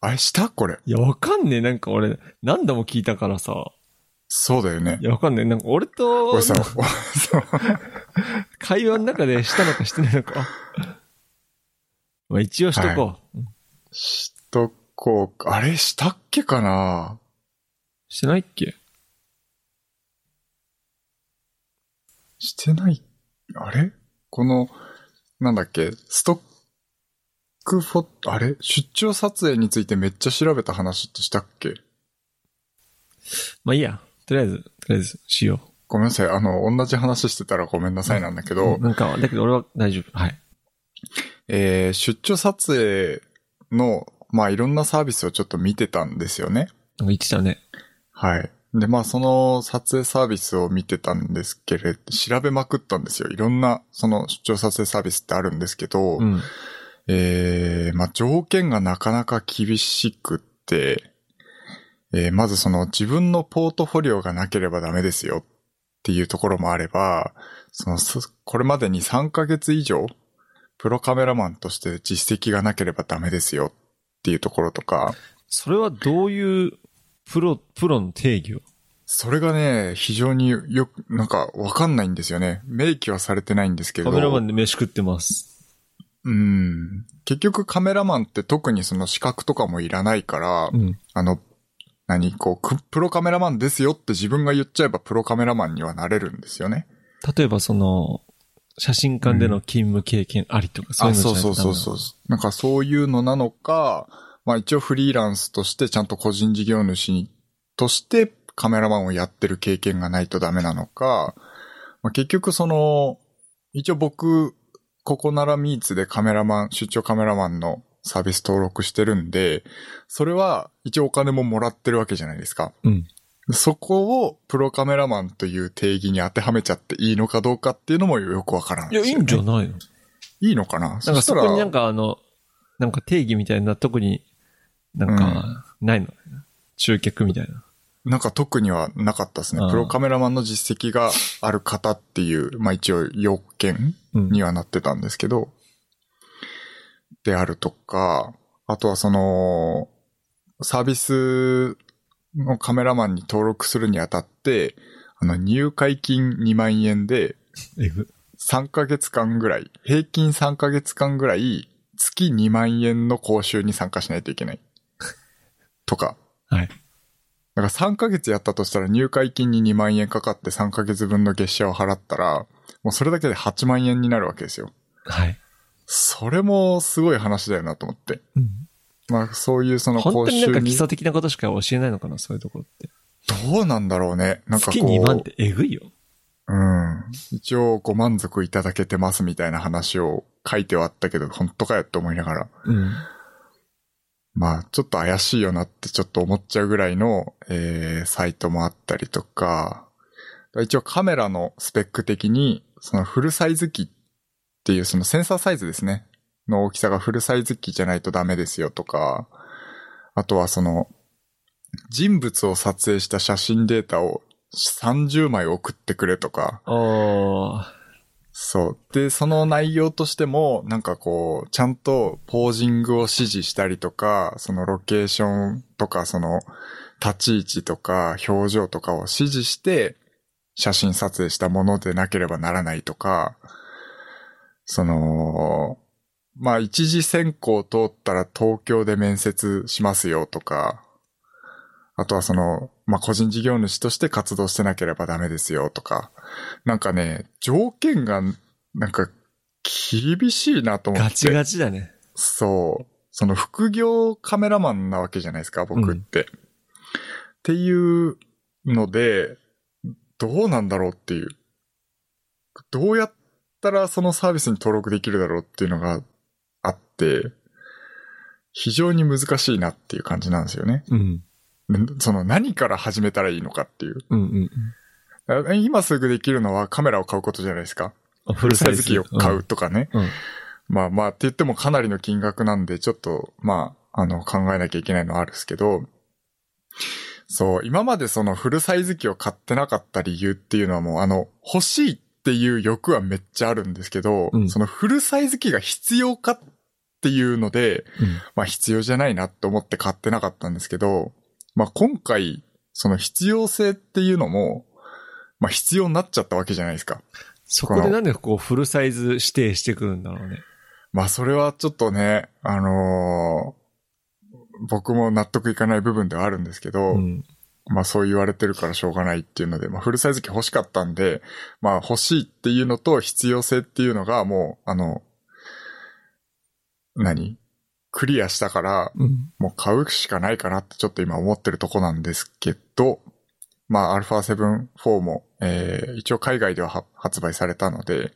あれしたこれ。
いや、わかんねえ。なんか俺、何度も聞いたからさ。
そうだよね
い。や、わかんねえ。なんか俺と
これ、さ、そう
会話の中でしたのかしてないの (laughs) か。まあ一応しとこう。うん
(laughs) しとこう。あれしたっけかな
してないっけ
してない。あれこの、なんだっけ、ストックフォト、あれ出張撮影についてめっちゃ調べた話ってしたっけ
まあいいや。とりあえず、とりあえず、しよう。
ごめんなさい。あの、同じ話してたらごめんなさいなんだけど、
うんなんか、だけど俺は大丈夫。はい。
えー出張撮影の、まあ、いろんなサービスをちょっと見てたんですよね。
なんか言ってたね。
はい。で、まあ、その撮影サービスを見てたんですけれど、調べまくったんですよ。いろんな、その出張撮影サービスってあるんですけど、
うん。
えーまあ、条件がなかなか厳しくって、えーまずその自分のポートフォリオがなければダメですよっていうところもあれば、その、そこれまでに3ヶ月以上、プロカメラマンとして実績がなければダメですよっていうところとか、
それはどういう、プロ、プロの定義を。
それがね、非常によく、なんかわかんないんですよね。明記はされてないんですけれ
カ
ど。
メラマンで飯食ってます。
うん。結局カメラマンって特にその資格とかもいらないから、
うん。
あの、何こうく、プロカメラマンですよって自分が言っちゃえばプロカメラマンにはなれるんですよね。
例えばその、写真館での勤務経験ありとか、そう
あ
いうのじゃ
そう
ない
そうそうそう。なんかそういうのなのか、まあ一応フリーランスとしてちゃんと個人事業主としてカメラマンをやってる経験がないとダメなのか、まあ、結局その、一応僕、ここならミーツでカメラマン、出張カメラマンのサービス登録してるんで、それは一応お金ももらってるわけじゃないですか。
うん。
そこをプロカメラマンという定義に当てはめちゃっていいのかどうかっていうのもよくわからない
いや、いいんじゃない
い
の
いのかな
なんかそこになん
か、
かあの、なんか定義みたいな、特になんか、ないの、集客みたいな。
なんか特にはなかったです
あ
ね。
あ
プロカメラマンの実績がある方っていう、まあ一応要件
うん
にはなってたんですけど、であるとか、あとはその、サービスのカメラマンに登録するにあたって、あの、入会金2万円で、
えぐ。
3ヶ月間ぐらい、平均3ヶ月間ぐらい、月2万円の講習に参加しないといけない。とか。
はい。
だから3ヶ月やったとしたら入会金に2万円かかって3ヶ月分の月謝を払ったら、もうそれだけで8万円になるわけですよ。
はい。
それもすごい話だよなと思って。まあそういうその
本
講
当にな
習
んか基
に。
礎的なことしか教えないのかな、そういうところって。
どうなんだろうね。なんかこ
月2万っ
う、
てえぐいよ。
うん。一応ご満足いただけてますみたいな話を書いてはあったけど、本当かよって思いながら。
うん。
まあ、ちょっと怪しいよなってちょっと思っちゃうぐらいの、えー、サイトもあったりとか、一応カメラのスペック的に、そのフルサイズ機っていうそのセンサーサイズですね。の大きさがフルサイズ機じゃないとダメですよとか、あとはその、人物を撮影した写真データを30枚送ってくれとか、
ああ、
そう。で、その内容としても、なんかこう、ちゃんとポージングを指示したりとか、そのロケーションとか、その立ち位置とか、表情とかを指示して、写真撮影したものでなければならないとか、その、まあ、一次選考通ったら東京で面接しますよとか、あとはその、まあ、個人事業主として活動してなければダメですよとか、なんかね、条件が、なんか、厳しいなと思って。
ガチガチだね。
そう。その副業カメラマンなわけじゃないですか、僕って。っていうので、どうなんだろうっていう。どうやったらそのサービスに登録できるだろうっていうのがあって、非常に難しいなっていう感じなんですよね。
うん。
その何から始めたらいいのかっていう。
うんうん
あ今すぐできるのはカメラを買うことじゃないですか。
あ。フ
フルサイズ機を買う。とかね。
うん。
まあまあって言ってもかなりの金額なんで、ちょっと、まあ、あの、考えなきゃいけないのはあるんですけど、そう、今までそのフルサイズ機を買ってなかった理由っていうのはもう、あの、欲しいっていう欲はめっちゃあるんですけど、
うん
そのフルサイズ機が必要かっていうので、
うん
まあ必要じゃないなと思って買ってなかったんですけど、まあ今回、その必要性っていうのも、まあ必要になっちゃったわけじゃないですか。
そこでなんでこうフルサイズ指定してくるんだろうね。
まあそれはちょっとね、あのー僕も納得いかない部分ではあるんですけど、
うん。
まあそう言われてるからしょうがないっていうので、まあフルサイズ機欲しかったんで、まあ欲しいっていうのと必要性っていうのがもう、あの、何クリアしたから、
うん。
もう買うしかないかなってちょっと今思ってるとこなんですけど、まあ α7-4 も、えー一応海外ではは発売されたので、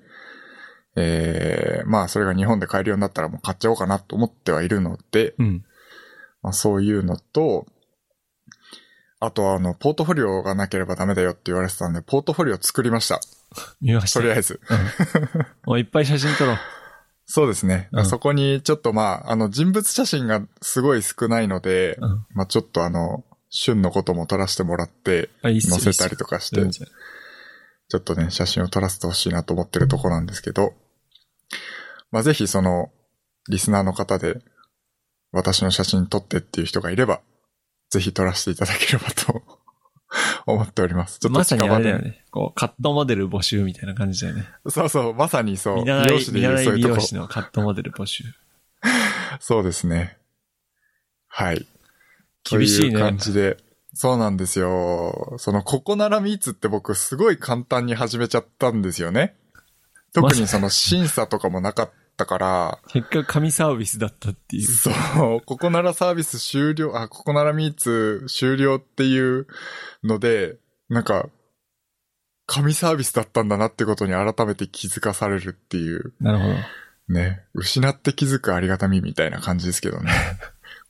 えーまあそれが日本で買えるようになったらもう買っちゃおうかなと思ってはいるので、
うん。
まあそういうのと、あとはあの、ポートフォリオがなければダメだよって言われてたんで、ポートフォリオ作りました。
見まし
と
た。
りあえず。
もういっぱい写真撮ろう。
そうですね。
うん
そこにちょっとまあ、あの人物写真がすごい少ないので、
うん
まあちょっとあの、旬のことも撮らせてもらって、
あ、いいっす
載
よ
せたりとかして、
いいっすよ
ちょっとね、写真を撮らせてほしいなと思ってるとこなんですけど、まあぜひその、リスナーの方で、私の写真撮ってっていう人がいれば、ぜひ撮らせていただければと (laughs) 思っております。ちょっと
まさにあれだよ
ね。
ね。こう、カットモデル募集みたいな感じだよね。
そうそう、まさにそう。
見習い、
師
見習い
そう
美
いうと
容
こ。
師のカットモデル募集。
そうですね。はい。
厳しい
(laughs) という
ね
感。じで。そうなんですよ。その、ここならミーツって僕すごい簡単に始めちゃったんですよね。特にその審査とかもなかったから、
結果紙サービスだったっていう。
そう、ここならサービス終了、あ、ここならミーツ終了っていうので、なんか、紙サービスだったんだなってことに改めて気づかされるっていう、
なるほど。
ね、失って気づくありがたみみたいな感じですけどね。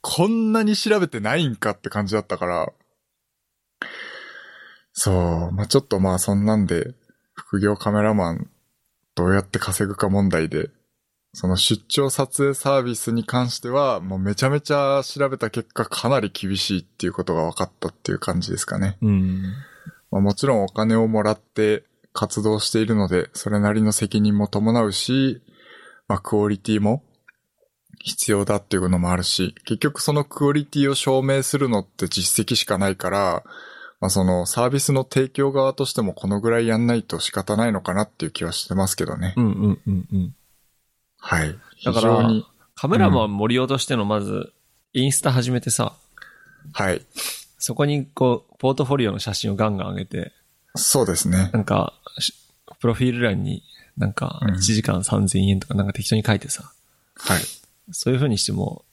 こんなに調べてないんかって感じだったから。そう、まあちょっとまあそんなんで、副業カメラマン、どうやって稼ぐか問題で、その出張撮影サービスに関しては、もうめちゃめちゃ調べた結果かなり厳しいっていうことが分かったっていう感じですかね。
うん。
まあ、もちろんお金をもらって活動しているので、それなりの責任も伴うし、まあ、クオリティも必要だっていうのもあるし、結局そのクオリティを証明するのって実績しかないから、まあ、そのサービスの提供側としてもこのぐらいやんないと仕方ないのかなっていう気はしてますけどね。
うんうんうんうん。
はい。非
だから
常に。
カメラマン森尾としてのまず、インスタ始めてさ、
はい。
そこにこう、ポートフォリオの写真をガンガン上げて、
そうですね
な。んか、しプロフィール欄になんか
うん
1時間3000円とかなんか適当に書いてさ、
はい。
そういう風にしても、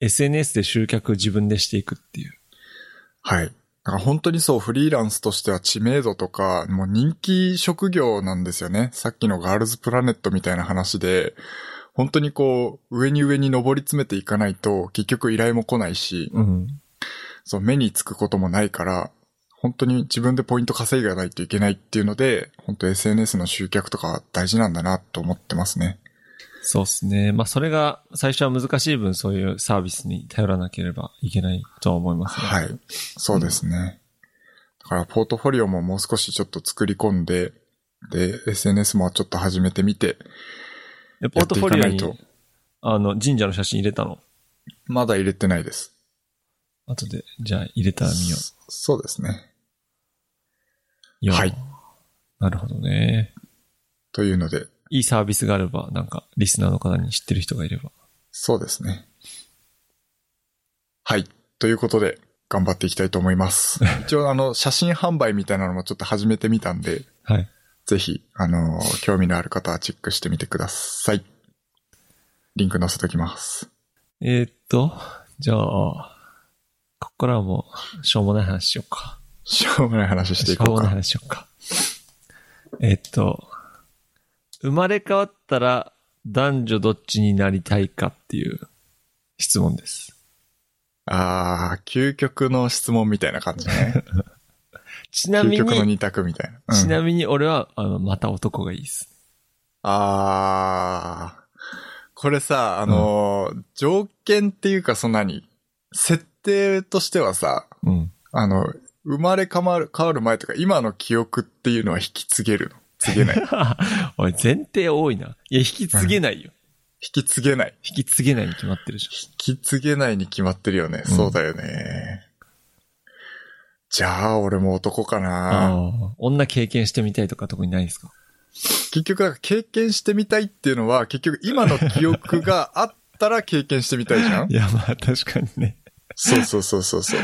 SNS で集客自分でしていくっていう。
はい。だから本当にそう、フリーランスとしては知名度とか、もう人気職業なんですよね。さっきのガールズプラネットみたいな話で、本当にこう、上に上に上り詰めていかないと、結局依頼も来ないし、
うん。
そう、目につくこともないから、本当に自分でポイント稼いがないといけないっていうので、本当 SNS の集客とかは大事なんだなと思ってますね。
そうですね。まあ、それが最初は難しい分、そういうサービスに頼らなければいけないとは思いますね。
はい。そうですね。だから、ポートフォリオももう少しちょっと作り込んで、で、SNS もちょっと始めてみて、
で、ポートフォリオ
やっていかない
に、あの、神社の写真入れたの。
まだ入れてないです。
後で、じゃあ入れたら見よ
そそうですね。
う。よう
はい。
なるほどね。
というので、
いいサービスがあれば、なんか、リスナーの方に知ってる人がいれば。
そうですね。はい。ということで、頑張っていきたいと思い
(laughs)
ます。一応、あの、写真販売みたいなのもちょっと始めてみたんで、
はい。
ぜひ、あの、興味のある方はチェックしてみてください。リンク載せときます。
えーっと、じゃあ、ここからはもう、しょうもない話しようか。
しょうもない話してい
しょう
こう
もない
か。
話しようか。えーっと、生まれ変わったら男女どっちになりたいかっていう質問です。
あー、究極の質問みたいな感じね。
(laughs) ちな
究
み
極の
に、
二択みたいな。
ち
うん、
なみに俺は、あの、また男がいいです。
あー、これさ、あのー、条件っていうか、そんなに、設定としてはさ、
うん。
あの、生まれ変わる、変わる前とか、今の記憶っていうのは引き継げるの継げ
(laughs)
ない。
(laughs) おい、前提多いな。いや、引き継げないよ。
引き継げない。
引き継げないに決まってるじ
引き継げないに決まってるよね。
うん
そうだよね。じゃあ、俺も男か
ゃん。
な。
ああ。女経験してみたいとか特にないですか
結局、だから経験してみたいっていうのは、結局今の記憶があったら経験してみたいじゃん
いや、まあ確かにね。
そうそうそうそうそう。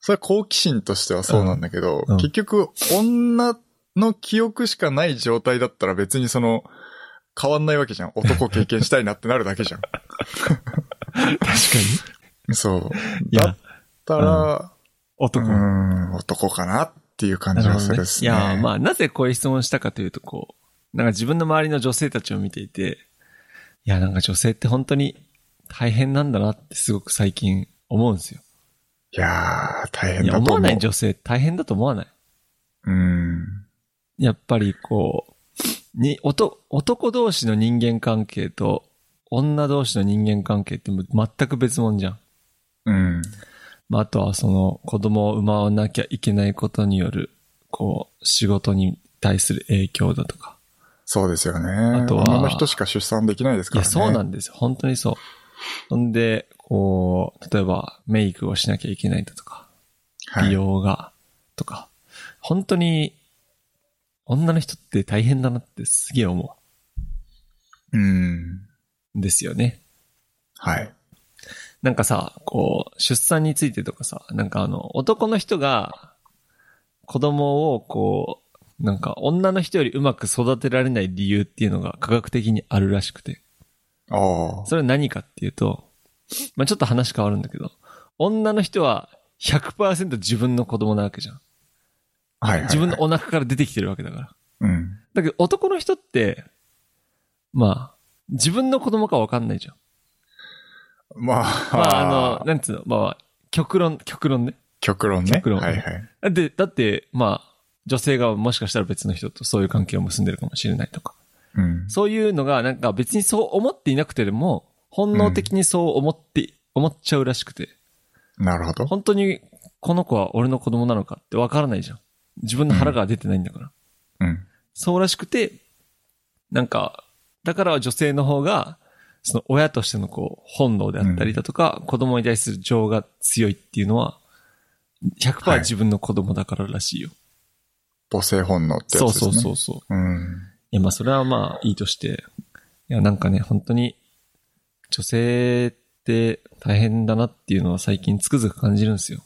それは好奇心としてはそうなんだけど、
うんうん
結局、女の記憶しかない状態だったら別にその、変わんないわけじゃん。男経験したいなってなるだけ
(laughs)
じゃん。
確か
そう。
い
だっ
や、
たら、う
男。
ん、男かなっていう感じはするっす
い
ね。
や、まあ、なぜこういう質問したかというと、こう、なんか自分の周りの女性たちを見ていて、いや、なんか女性って本当に大変なんだなってすごく最近思うんですよ。
いやー、大
い
変だ
や、
と思う。
思わない女性大変だと思わない
うん。
やっぱりこう、に、男、男同士の人間関係と、女同士の人間関係ってもう全く別物じゃん。
うん。
まあ、あとはその子供を産まなきゃいけないことによる、こう、仕事に対する影響だとか。
そうですよね。
あとは
女の人しか出産できないです
い
か
や、
らね。
そうなんですよ。本当にそう。ほんで、こう、例えばメイクをしなきゃいけないだとか、
はい
美容が、とか、本当に、女の人って大変だなってすげえ思
うん。
うんですよね。
はい。
なんかさ、こう、出産についてとかさ、なんかあの、男の人が、子供をこう、なんか女の人よりうまく育てられない理由っていうのが科学的にあるらしくて。
ああ。
それは何かっていうと、まあちょっと話変わるんだけど、女の人は100%自分の子供なわけじゃん。
はいはい、はい。
自分のお腹から出てきてるわけだか
う
ら。
ん。
だけど男の人って、まあ、自分の子供かわかんないじゃん。
まあ、
まああの、なんつうの、まあまあ、極論、極論ね。
極論ね。
極論
はいはい。
だって、だって、まあ、女性がもしかしたら別の人とそういう関係を結んでるかもしれないとか。
うん。
そういうのが、なんか別にそう思っていなくてでも、本能的にそう思って、思っちゃうらしくて。
なるほど。
本当に、この子は俺の子供なのかってわからないじゃん。自分の腹が出てないんだから。
うん。
そうらしくて、なんか、だから女性の方が、その親としてのこう、本能であったりだとか、子供に対する情が強いっていうのは、
は
100%
い
自分の子供だかららしいよ。
母性本能ってやつで
そう
すね。
そうそうそう。
う。うん。
いや、まあ、それはまあ、いいとして。いや、なんかね、本当に、女性って大変だなっていうのは最近つくづく感じるんですよ。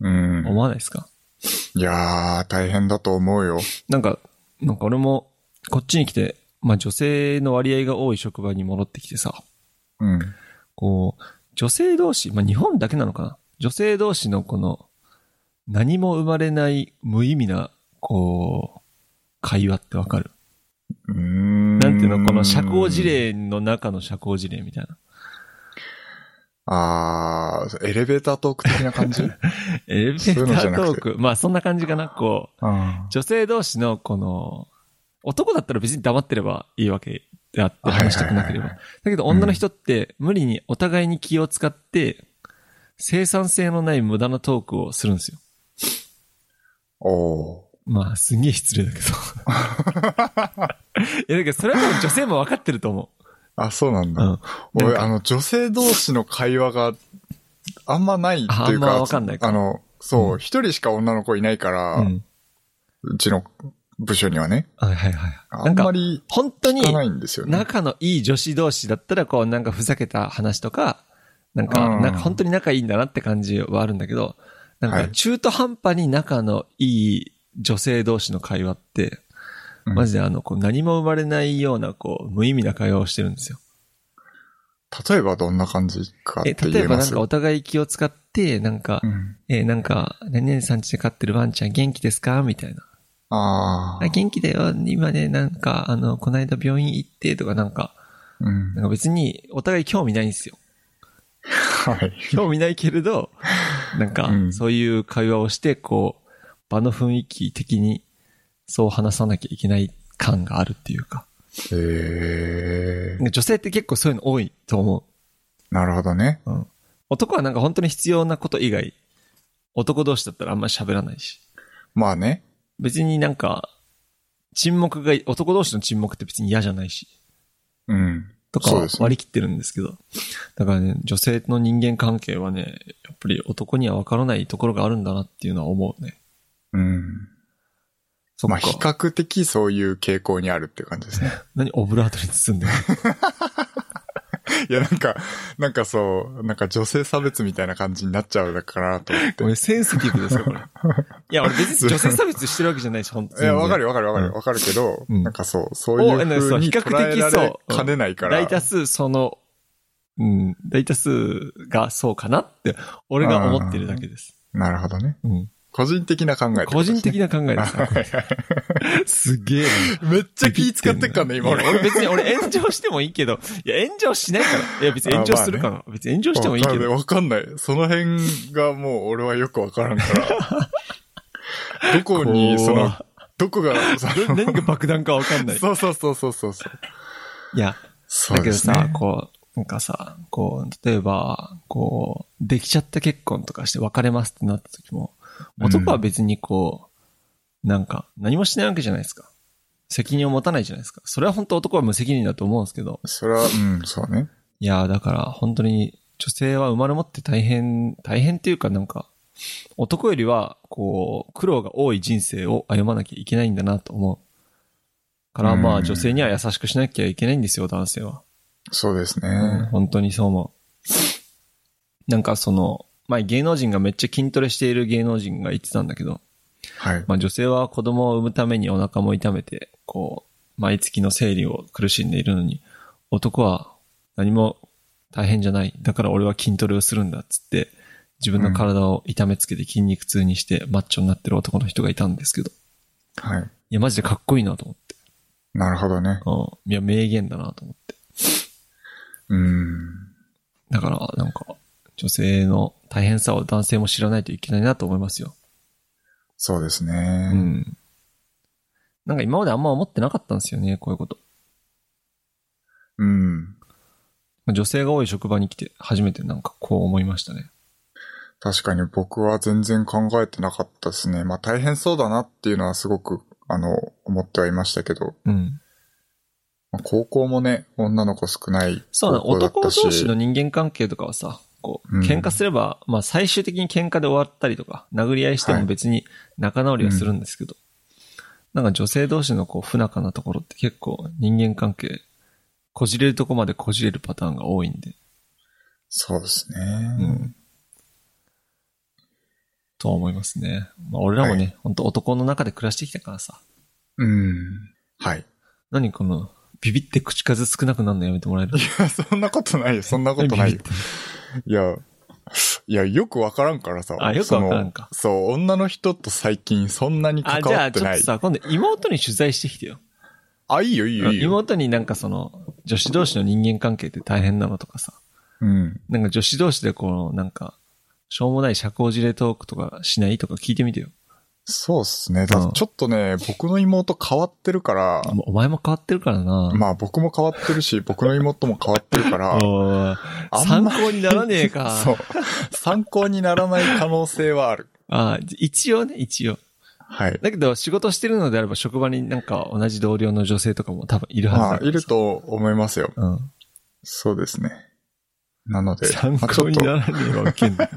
うん。
思わないですか
いやー、大変だと思うよ。
なんか、なんか俺も、こっちに来て、まあ、女性の割合が多い職場に戻ってきてさ、
うん。
こう、女性同士、まあ、日本だけなのかな女性同士のこの、何も生まれない無意味な、こう、会話ってわかる
うーん。
なんていうのこの社交辞。令の中の社交辞令みたいな。
あー、エレベータートーク的な感
(laughs)
じう
エレベー
そういうのじゃ
ター
なく
ト
て
ーク。まあそんな感じかな。こう、
ん。
女性同士のこの、男だったら別に黙ってればいいわけであって
はいはいはい
話したくなければ。だけど女の人って無理にお互いに気を使って、生産性のない無駄なトークをするんですよ。
おー。
まあすんげえ失礼 (laughs) だけど。いやだけどそれは多分女性もわかってると思
あ、そうなん
う。う
だ。
ん。なん
俺、
か
あの、女性同士の会話があんまないっていうか、
ああんまわかんないか
あの、そうう、一、人しか女の子いないから、
う。
うんちの部署にはね、
はいはいはい。
あ
なん
ん
か
ま、り
本当に
聞かないんですよね。
仲のいい女子同士だったら、こう、なんかふざけた話とか、なんか、
うん
なんか本当に仲いいんだなって感じはあるんだけど、なん
は
か
い
中途半端に仲のいい女性同士の会話って、
うん
マジであの、こう、何も生まれないような、こう、無意味な会話をしてるんですよ。
例えばどんな感じかっ
え、
て
例
言
え
え
ば
ま
なん
す
かお互い気を使って、なんか、
うん、
え、なんか、何々さん家で飼ってるワンちゃん元気ですかみたいな。
ああ
あ、、元気だよ。今ね、なんか、あの、この間病院行ってとか、なんか、
うん
なんか別にお互い興味ないんですよ。
はい。
興味ないけ
(laughs)
れど、なんか
う、ん
そういう会話をして、こう、場の雰囲気的に、そう話さなきゃいけない感があるっていうか。
えー、
女性って結構そういうの多いと思
なるほどね。
う。うん。男はなんか本当に必要なこと以外、男同士だったらあんまり喋らないし。
まあね。
別になんか、沈黙が、男同士の沈黙って別に嫌じゃないし。
うん。
とか
そう
は
ですね
割り切ってるんですけど。だからね、女性の人間関係はね、やっぱり男には分からないところがあるんだなっていうのは思うね。
うん。
そっか。
まあ比較的そういう傾向にあるっていう感じですね。
何オブラートに包んでる
いや、なんか、なんかそう、なんか女性差別みたいな感じになっちゃうだからと思って。
俺センシティブですよ、これ。 (laughs) いや、俺別に女性差別してるわけじゃないし、本当
いや、わかる
よ。
よわかるよわかるよわかるけど、
うん
なんかそう、そういう
おなんかそ
風
う
に
比較的
捉えられ
そう
かねないから。
大多数、その、うん、大多数がそうかなって、俺が思ってるだけです。
なるほどね。
うん。
個人的な考え、
個人的
な。
な考えです。すげえな。
めっちゃ気使ってっかんね、今
い
俺。
や俺別に俺炎上してもいいけど、いや炎上しないから。いや別に炎上するかな。別に炎上してもいいけど。
わかんない。その辺がもう俺はよくわからん (laughs) から。どこに、その
怖、
どこが、その
(laughs) 何が爆弾かわかんない。
そうそうそうそうそうそう。
いや、
そう
だけ
で
ど
す
さ、
ね。
こう、なんかさ、こう、例えば、こう、できちゃった結婚とかして別れますってなった時も、男は別にこう、なんか、何もしないわけじゃないですか。責任を持たないじゃないですか。それは本当男は無責任だと思うんですけど。
それは、うん、そうね。
いやーだから本当に女性は生まれ持って大変、大変っていうかなんか、男よりは、こう、苦労が多い人生を歩まなきゃいけないんだなと思う。からま
う
あ
ん
女性には優しくしなきゃいけないんですよ、男性は。
そうです
うん
ね。
本当にそう思う。なんかその、前芸能人がめっちゃ筋トレしている芸能人が言ってたんだけど、
はい。
まあ女性は子供を産むためにお腹も痛めて、こう、毎月の生理を苦しんでいるのに、男は何も大変じゃない。だから俺は筋トレをするんだっつって、自分の体を痛めつけて筋肉痛にしてマッチョになってる男の人がいたんですけど、い
はい。
やマジでかっこいいなと思って。
なるほどね。
うん。いや名言だなと思って。
うん。
だからなんか、女性の大変さを男性も知らないといけないなと思いますよ。
そうです
う
ね。
ん。なんか今まであんま思ってなかったんですよね、こういうこと。
うん。
女性が多い職場に来て初めてなんかこう思いましたね。
確かに僕は全然考えてなかったですね。まあ大変そうだなっていうのはすごく、あの、思ってはいましたけど、
うん。
まあ高校もね、女の子少ない
そうだ、
高校だっ
男同
たし。
士の人間関係とかはさ、こう、
うん
喧嘩すれば、まあ最終的に喧嘩で終わったりとか、殴り合いして
は
も
い
別に仲直りはするんですけど、なんか女性同士のこう不仲なところって結構人間関係、こじれるとこまでこじれるパターンが多いんで、
そうですね。
うん。とは思いますね。まあ俺らもね、
は
本当男の中で暮らしてきたからさ、
うん。はい。 (laughs)
何この、ビビって口数少なくなるのやめてもらえる
(laughs)
(laughs)
いや、そんなことないよ。そんなことないよ。いや、いや、よくわからんからさ。
あよくわからんか
そのそう、女の人と最近そんなに
あ、
関
じゃ
わ
あ
っ
ち
て
ょっ
ない
と。さ、今度妹に取材してきてよ。
あ、いいよ、いいよ、いいよ。
妹になんかその、女子同士の人間関係って大変なのとかさ。
うん。
なんか女子同士でこう、なんか、しょうもない社交辞令トークとかしないとか聞いてみてよ。
そうっすね。ただ
うん
ちょっとね、僕の妹変わってるから、
もうお前も変わってるからな。
まあ僕も変わってる
(laughs)
し、僕の妹も変わってるから、
おい
あん
参
ま
考にならねえか。
(laughs) そう。参考にならない可能性はある。
あ一応ね、一応。 (laughs)
はい。
だけど、仕事してるのであれば、職場になんか同じ同僚の女性とかも多分いるはずだ
まあ、
から
いると思いますよ。
うん。
そうですね。なので、
参考に
まあちょっと
ならねえわ、ウケんな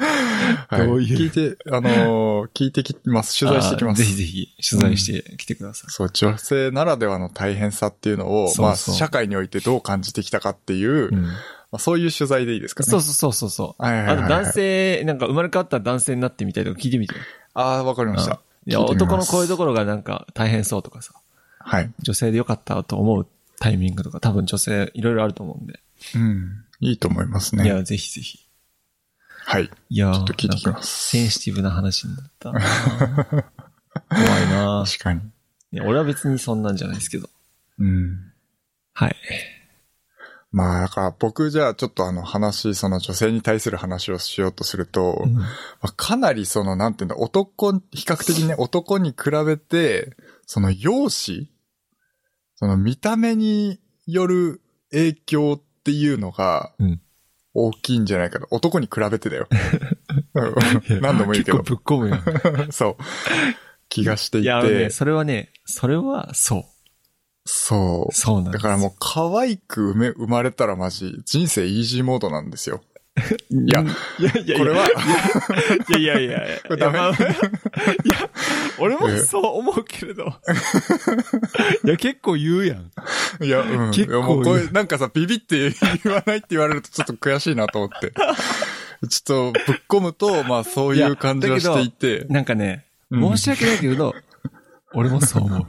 はい、
どういう
聞いて、あの
(laughs)
ー聞いてきます。取材してきま
あ
す。
ぜひぜひ、取材してきてください。
そう、女性ならではの大変さっていうのを、
そうそう
まあ、社会においてどう感じてきたかっていう、
うん
まあ、そういう取材でいいですかね。
そうそうそうそうそう。
はいはいはいはい
あと男性、なんか生まれ変わったら男性になってみたいとか聞いてみてよ。
ああ、わかりました。
いや、
聞いてみます
男のこういうところがなんか大変そうとかさ、
はい。
女性でよかったと思うタイミングとか、多分女性いろいろあると思うんで。
うん。いいと思います
い
ね。
や、ぜひぜひ。
はい。
いやー
ちょっと聞いてきます
なんかセンシティブな話に
(laughs)
なったな。怖いな
確かに。
いや俺は別にそんなんじゃないですけど。
うん。
はい。
まあ、だから僕じゃあちょっとあの話、その女性に対する話をしようとすると、
うん
まあ、かなりその、なんていうんだ、男、比較的ね、男に比べて、その容姿その見た目による影響っていうのが
うん、
大きいんじゃないかと。男に比べてだ
(laughs)
よ。うん何度も言うけど、
結構ぶっ込むよ。
そう。気がしてい
い
て、
や、あのね、それはね、それは、そう。
そう。
そうなんで
だ
す
からもう可愛く生め生まれたらマジ人生イージーモードなんですよ。いや
うんいやいやいや、
これは、
いやいやいやい
これ
や。
ダメ
いやまあいや、俺もそう思うけれど。いや、結構言うやん。
いや、うん。
結構
いやもうこれなんかさ、ビビって言わないって言われるとちょっと悔しいなと思って。ちょっとぶっ込むと、まあそういう感じはしていて。
なんか
う
ね、
ん
申し訳ないけれど、俺もそう思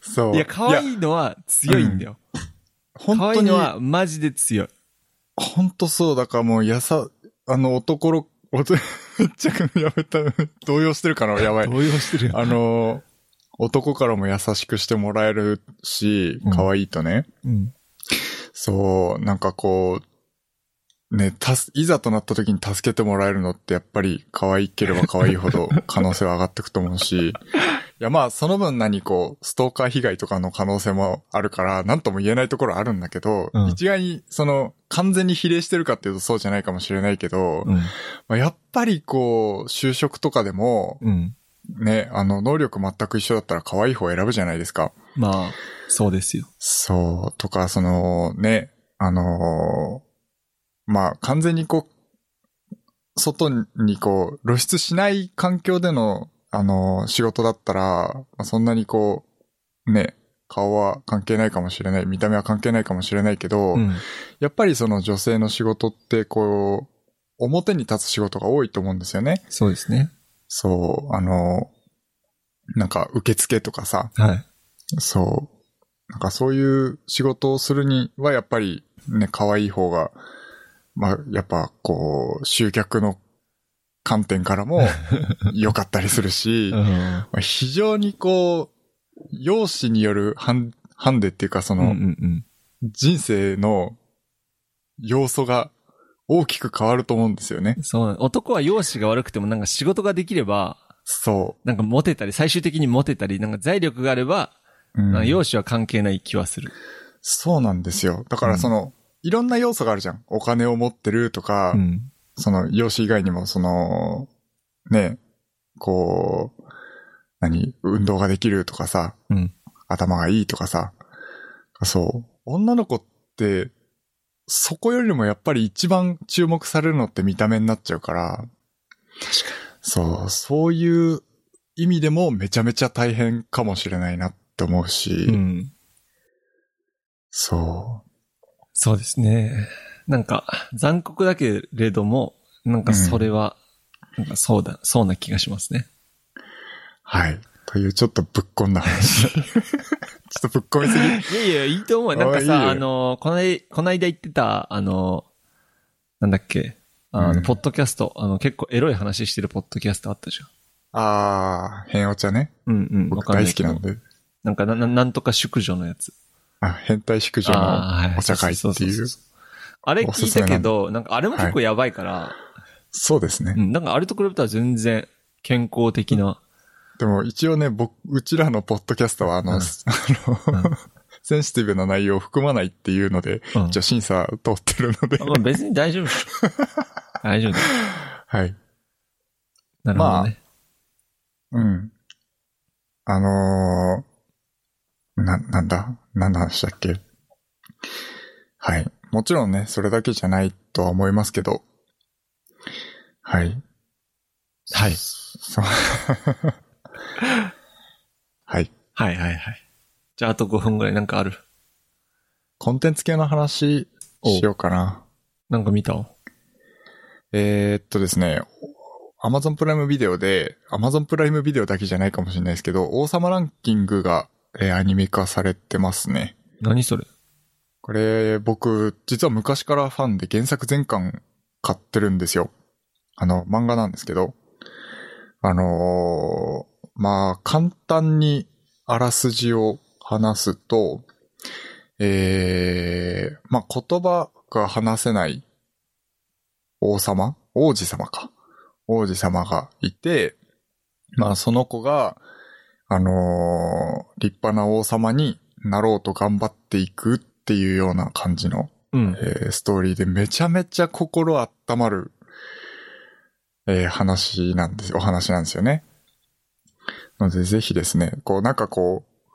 そう。
う。いや、可
い。
愛いのは強いんだよ。
本
可愛
当
い
に
の、はマジで強い。
本当そう。だからもうやさ、あの男の、男、 (laughs) めっちゃやめた。動揺してるからやばい。
動揺してるやん。
あの、男からも優しくしてもらえるし
うん、
可愛いとね。
うん。
そう、なんかこう、ね、たす、いざとなった時に助けてもらえるのってやっぱり可愛ければ可愛いほど可能性は上がってくと思うし、い
(laughs)
やまあその分何こう、ストーカー被害とかの可能性もあるから、なんとも言えないところはあるんだけど、
うん
一概にその完全に比例してるかっていうとそうじゃないかもしれないけど、
うん。
まあ、やっぱりこう、就職とかでも、
うん。
ね、あの、能力全く一緒だったら可愛い方を選ぶじゃないですか。
まあ、そうですよ。
そう、とか、その、ね、あのーまあ、完全にこう、外にこう、露出しない環境での、あのー仕事だったら、まあそんなにこう、ね、顔は関係ないかもしれない、見た目は関係ないかもしれないけど、
うん。
やっぱりその女性の仕事って、こう、表に立つ仕事が多いと思うんですよね。
そうですね。
そう、あのーなんか、受付とかさ、
はい。
そう。なんかそういう仕事をするにはやっぱりね、可愛い方が、まあやっぱこう、集客の観点から
(laughs)
も良かったりするし、ま
ん。
あ非常にこう、容姿によるハンハンデっていうかそ
うんうんう
の
ん。
人生の要素が大きく変わると思うんですよね。
そう、男は容姿が悪くてもなんか仕事ができれば、
そ
なんかモテたり、最終的にモテたり、なんか財力があれば、
う。うん
なんか容姿は関係ない気はする。
そうなんですよ。だからその、いろんな要素があるじゃん。お金を持ってるとか、
ん。
その、容姿以外にも、その、ね、こう、何、運動ができるとかさ、
うん。
頭がいいとかさ、そう、女の子って、そこよりもやっぱり一番注目されるのって見た目になっちゃうから、確かに。そう、そういう意味でもめちゃめちゃ大変かもしれないなって思うし、
うん。
そ
そうですね。なんか、残酷だけれども、なんかそれは、なんかそうだ、そうな気がしますね。
う、はい。というちょっとぶっこんだ話。 (laughs) ちょっとぶっこみすぎ。
いやいや、いいと思うよ。なんか
あいい
さ、
よ
あの、こない、こないだ言ってた、あの、なんだっけ、あ
う
の、
ん
ポッドキャスト、あの、結構エロい話してるポッドキャストあったじゃん。
あー、変お茶ね。
うんうん。わ
僕
かん
大
い
好
け
き
ど
なん。で。
なんかな、ななんとか宿女のやつ。
あ、変態淑女
あーはい
のお茶会って
そそ
い。
そうそあれ聞いたけど、なんかあれも結構やばいから、
そうですね
う。ん、なんかあれと比べたら全然健康的な。
でも一応ね、僕、うちらのポッドキャストは、あの、
うん
あの、
うん
(laughs) センシティブな内容を含まないっていうので、
うん
一応審査通ってるので、
まあ別に大丈夫。大丈夫だ。
はい。
なるほどね。
うん。あのーな、なんだ何の話だっけはい。もちろんね、それだけじゃないとは思いますけど、はい。
はい。
そう。 (laughs) はい。
はいはいはい。じゃああと5分ぐらいなんかある
コンテンツ系の話しようかな。
なんか見た
えーっとですね、Amazon プライムビデオで、Amazon プライムビデオだけじゃないかもしれないですけど、王様ランキングが、えーアニメ化されてますね。
何それ
これ、僕、実は昔からファンで原作全巻買ってるんですよ。あの、漫画なんですけど。あのーまあ、簡単にあらすじを話すと、えー、まあ、言葉が話せない王様王子様か。王子様がいて、まあ、その子が、あのー立派な王様になろうと頑張っていくっていうような感じの、
うん。
えーストーリーでめちゃめちゃ心温まる、えー話なんです、お話なんですよね。なので、ぜひですね、こう、なんかこう、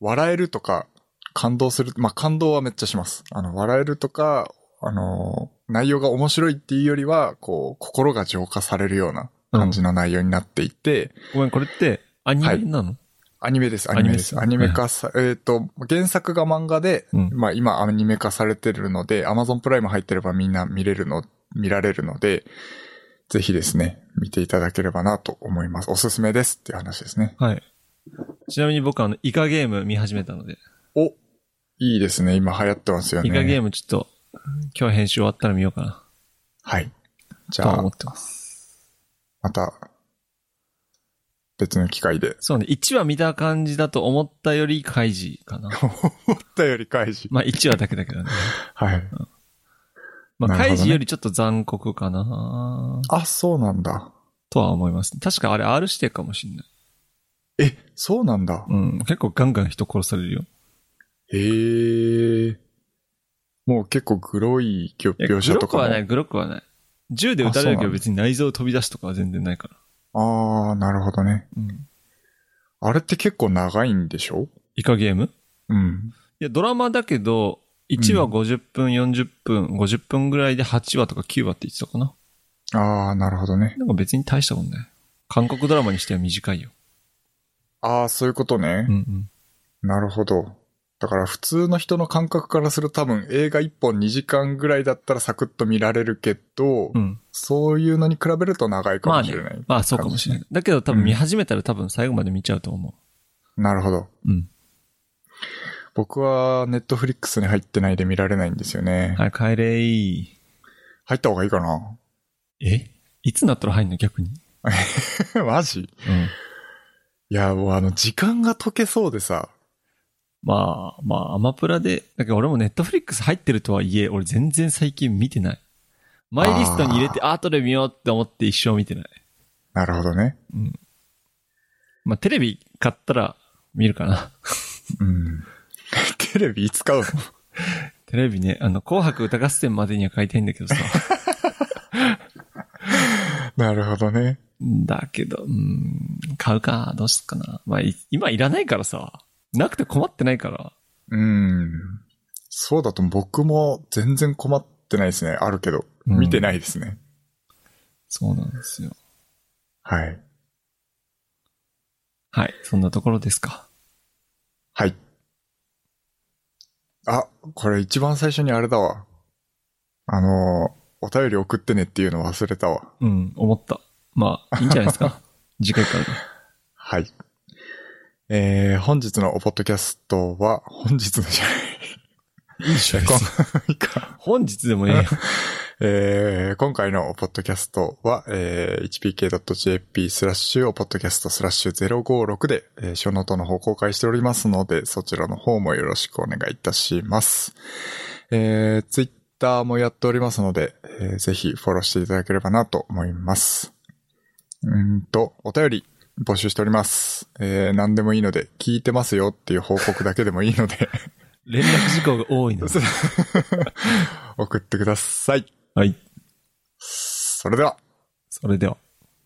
笑えるとか、感動する、まあ、感動はめっちゃします。あの、笑えるとか、あのー内容が面白いっていうよりは、こう、心が浄化されるような感じの内容になっていて、
ごめん、これってアニメなの、
アニメです、ア
ア
ニ
ニ
メ
メ
で。
ですす
アニメ化さ、えっ、と、原作が漫画で、
うん
まあ今アニメ化されてるので、Amazon プライム入ってればみんな見れるの、見られるので、ぜひですね、見ていただければなと思います。おすすめですっていう話ですね。
はい。ちなみに僕あの、イカゲーム見始めたので、
おいいですね、今流行ってますよね。
イカゲ
ム。
ームちょっと、今日編集終わったら見ようかな、
はい。じゃ
とは思
あ
っ、てます。
また、別の機会
(laughs)
で。
そうね、1話見た感じだと思ったより開示かな。
思ったより開示。
まあ1話だけだ
(laughs)
けどね。
はい。
ま
なるほ
あ
どね
開示よりちょっと残酷かな
あ、そうなんだ。
とは思います。確かあれ R してかもしんない。
え、そうなんだ。
うん。結構ガンガン人殺されるよ。
へえ。もう結構グロい
いや
描写とかも。
グロくはない、グロくはない。銃で撃た
あ
れる
そうな
け
んだ
ど別に内臓飛び出すとかは全然ないから。
ああ、なるほどね。
うん。
あれって結構長いんでしょ
イカゲーム
うん。
いや、ドラマだけど、1話
うん
50分、40分、50分ぐらいで8話とか9話って言ってたかな。
ああ、なるほどね。
なんか別に大したことない。韓国ドラマにしては短いよ。
ああ、そういうことね
う。んうん。
なるほど。だから普通の人の感覚からすると多分映画1本2時間ぐらいだったらサクッと見られるけど、
うん。
そういうのに比べると長いか
まあ
も
ね
しれない。。
まあそうかもしれない。だけど多分見始めたら多分最後まで見ちゃうと思
なるほど。
う。うん。
僕はネットフリックスに入ってないで見られないんですよね。
はい、帰れー。
入った方がいいかな (laughs)
えいつになったら入んの逆に。
マジ
うん。
いや、もうあの、時間が解けそうでさ。
まあ、まあ、アマプラで、だけど俺もネットフリックス入ってるとはいえ、俺全然最近見てない。マイリストに入れて、後で見ようって思って一生見てない。
なるほどね。
まあ、テレビ買ったら見るか (laughs) な。
うん。 (laughs) テレビ使うの
テレビね、あの、紅白歌合戦までには買いたいんだけ (laughs) どさ。
(laughs) なるほどね。
だけど、うん、買うか、どうすっかな。まあ、い今いらないからさ。なくて困ってないから。
うん。そうだと僕も全然困ってないですね。あるけど。
うん
見てないですね。
そうなんですよ。
はい。
はい、そんなところですか。
はい。あ、これ一番最初にあれだわ。あのー、お便り送ってねっていうの忘れたわ。
うん、思った。まあ、いいんじゃないです (laughs) か。次回からで。
はい。えー、本日のおポッドキャストは、本日のじゃない
いいっし
(laughs)
ょ
い、今回か。
(laughs) 本日でもええよ。
ええー今回のポッドキャストは、えー hpk.jp スラッシュをポッドキャストスラッシュ056で、えー、書ノートの方公開しておりますので、そちらの方もよろしくお願いいたします。えー、ツイッターもやっておりますので、えーぜひフォローしていただければなと思います。うーんと、お便り募集しております。えー何でもいいので、聞いてますよっていう報告だけでもいいので、 (laughs)
連絡事項が多いの。
送ってください。
はい。
それでは。
それでは。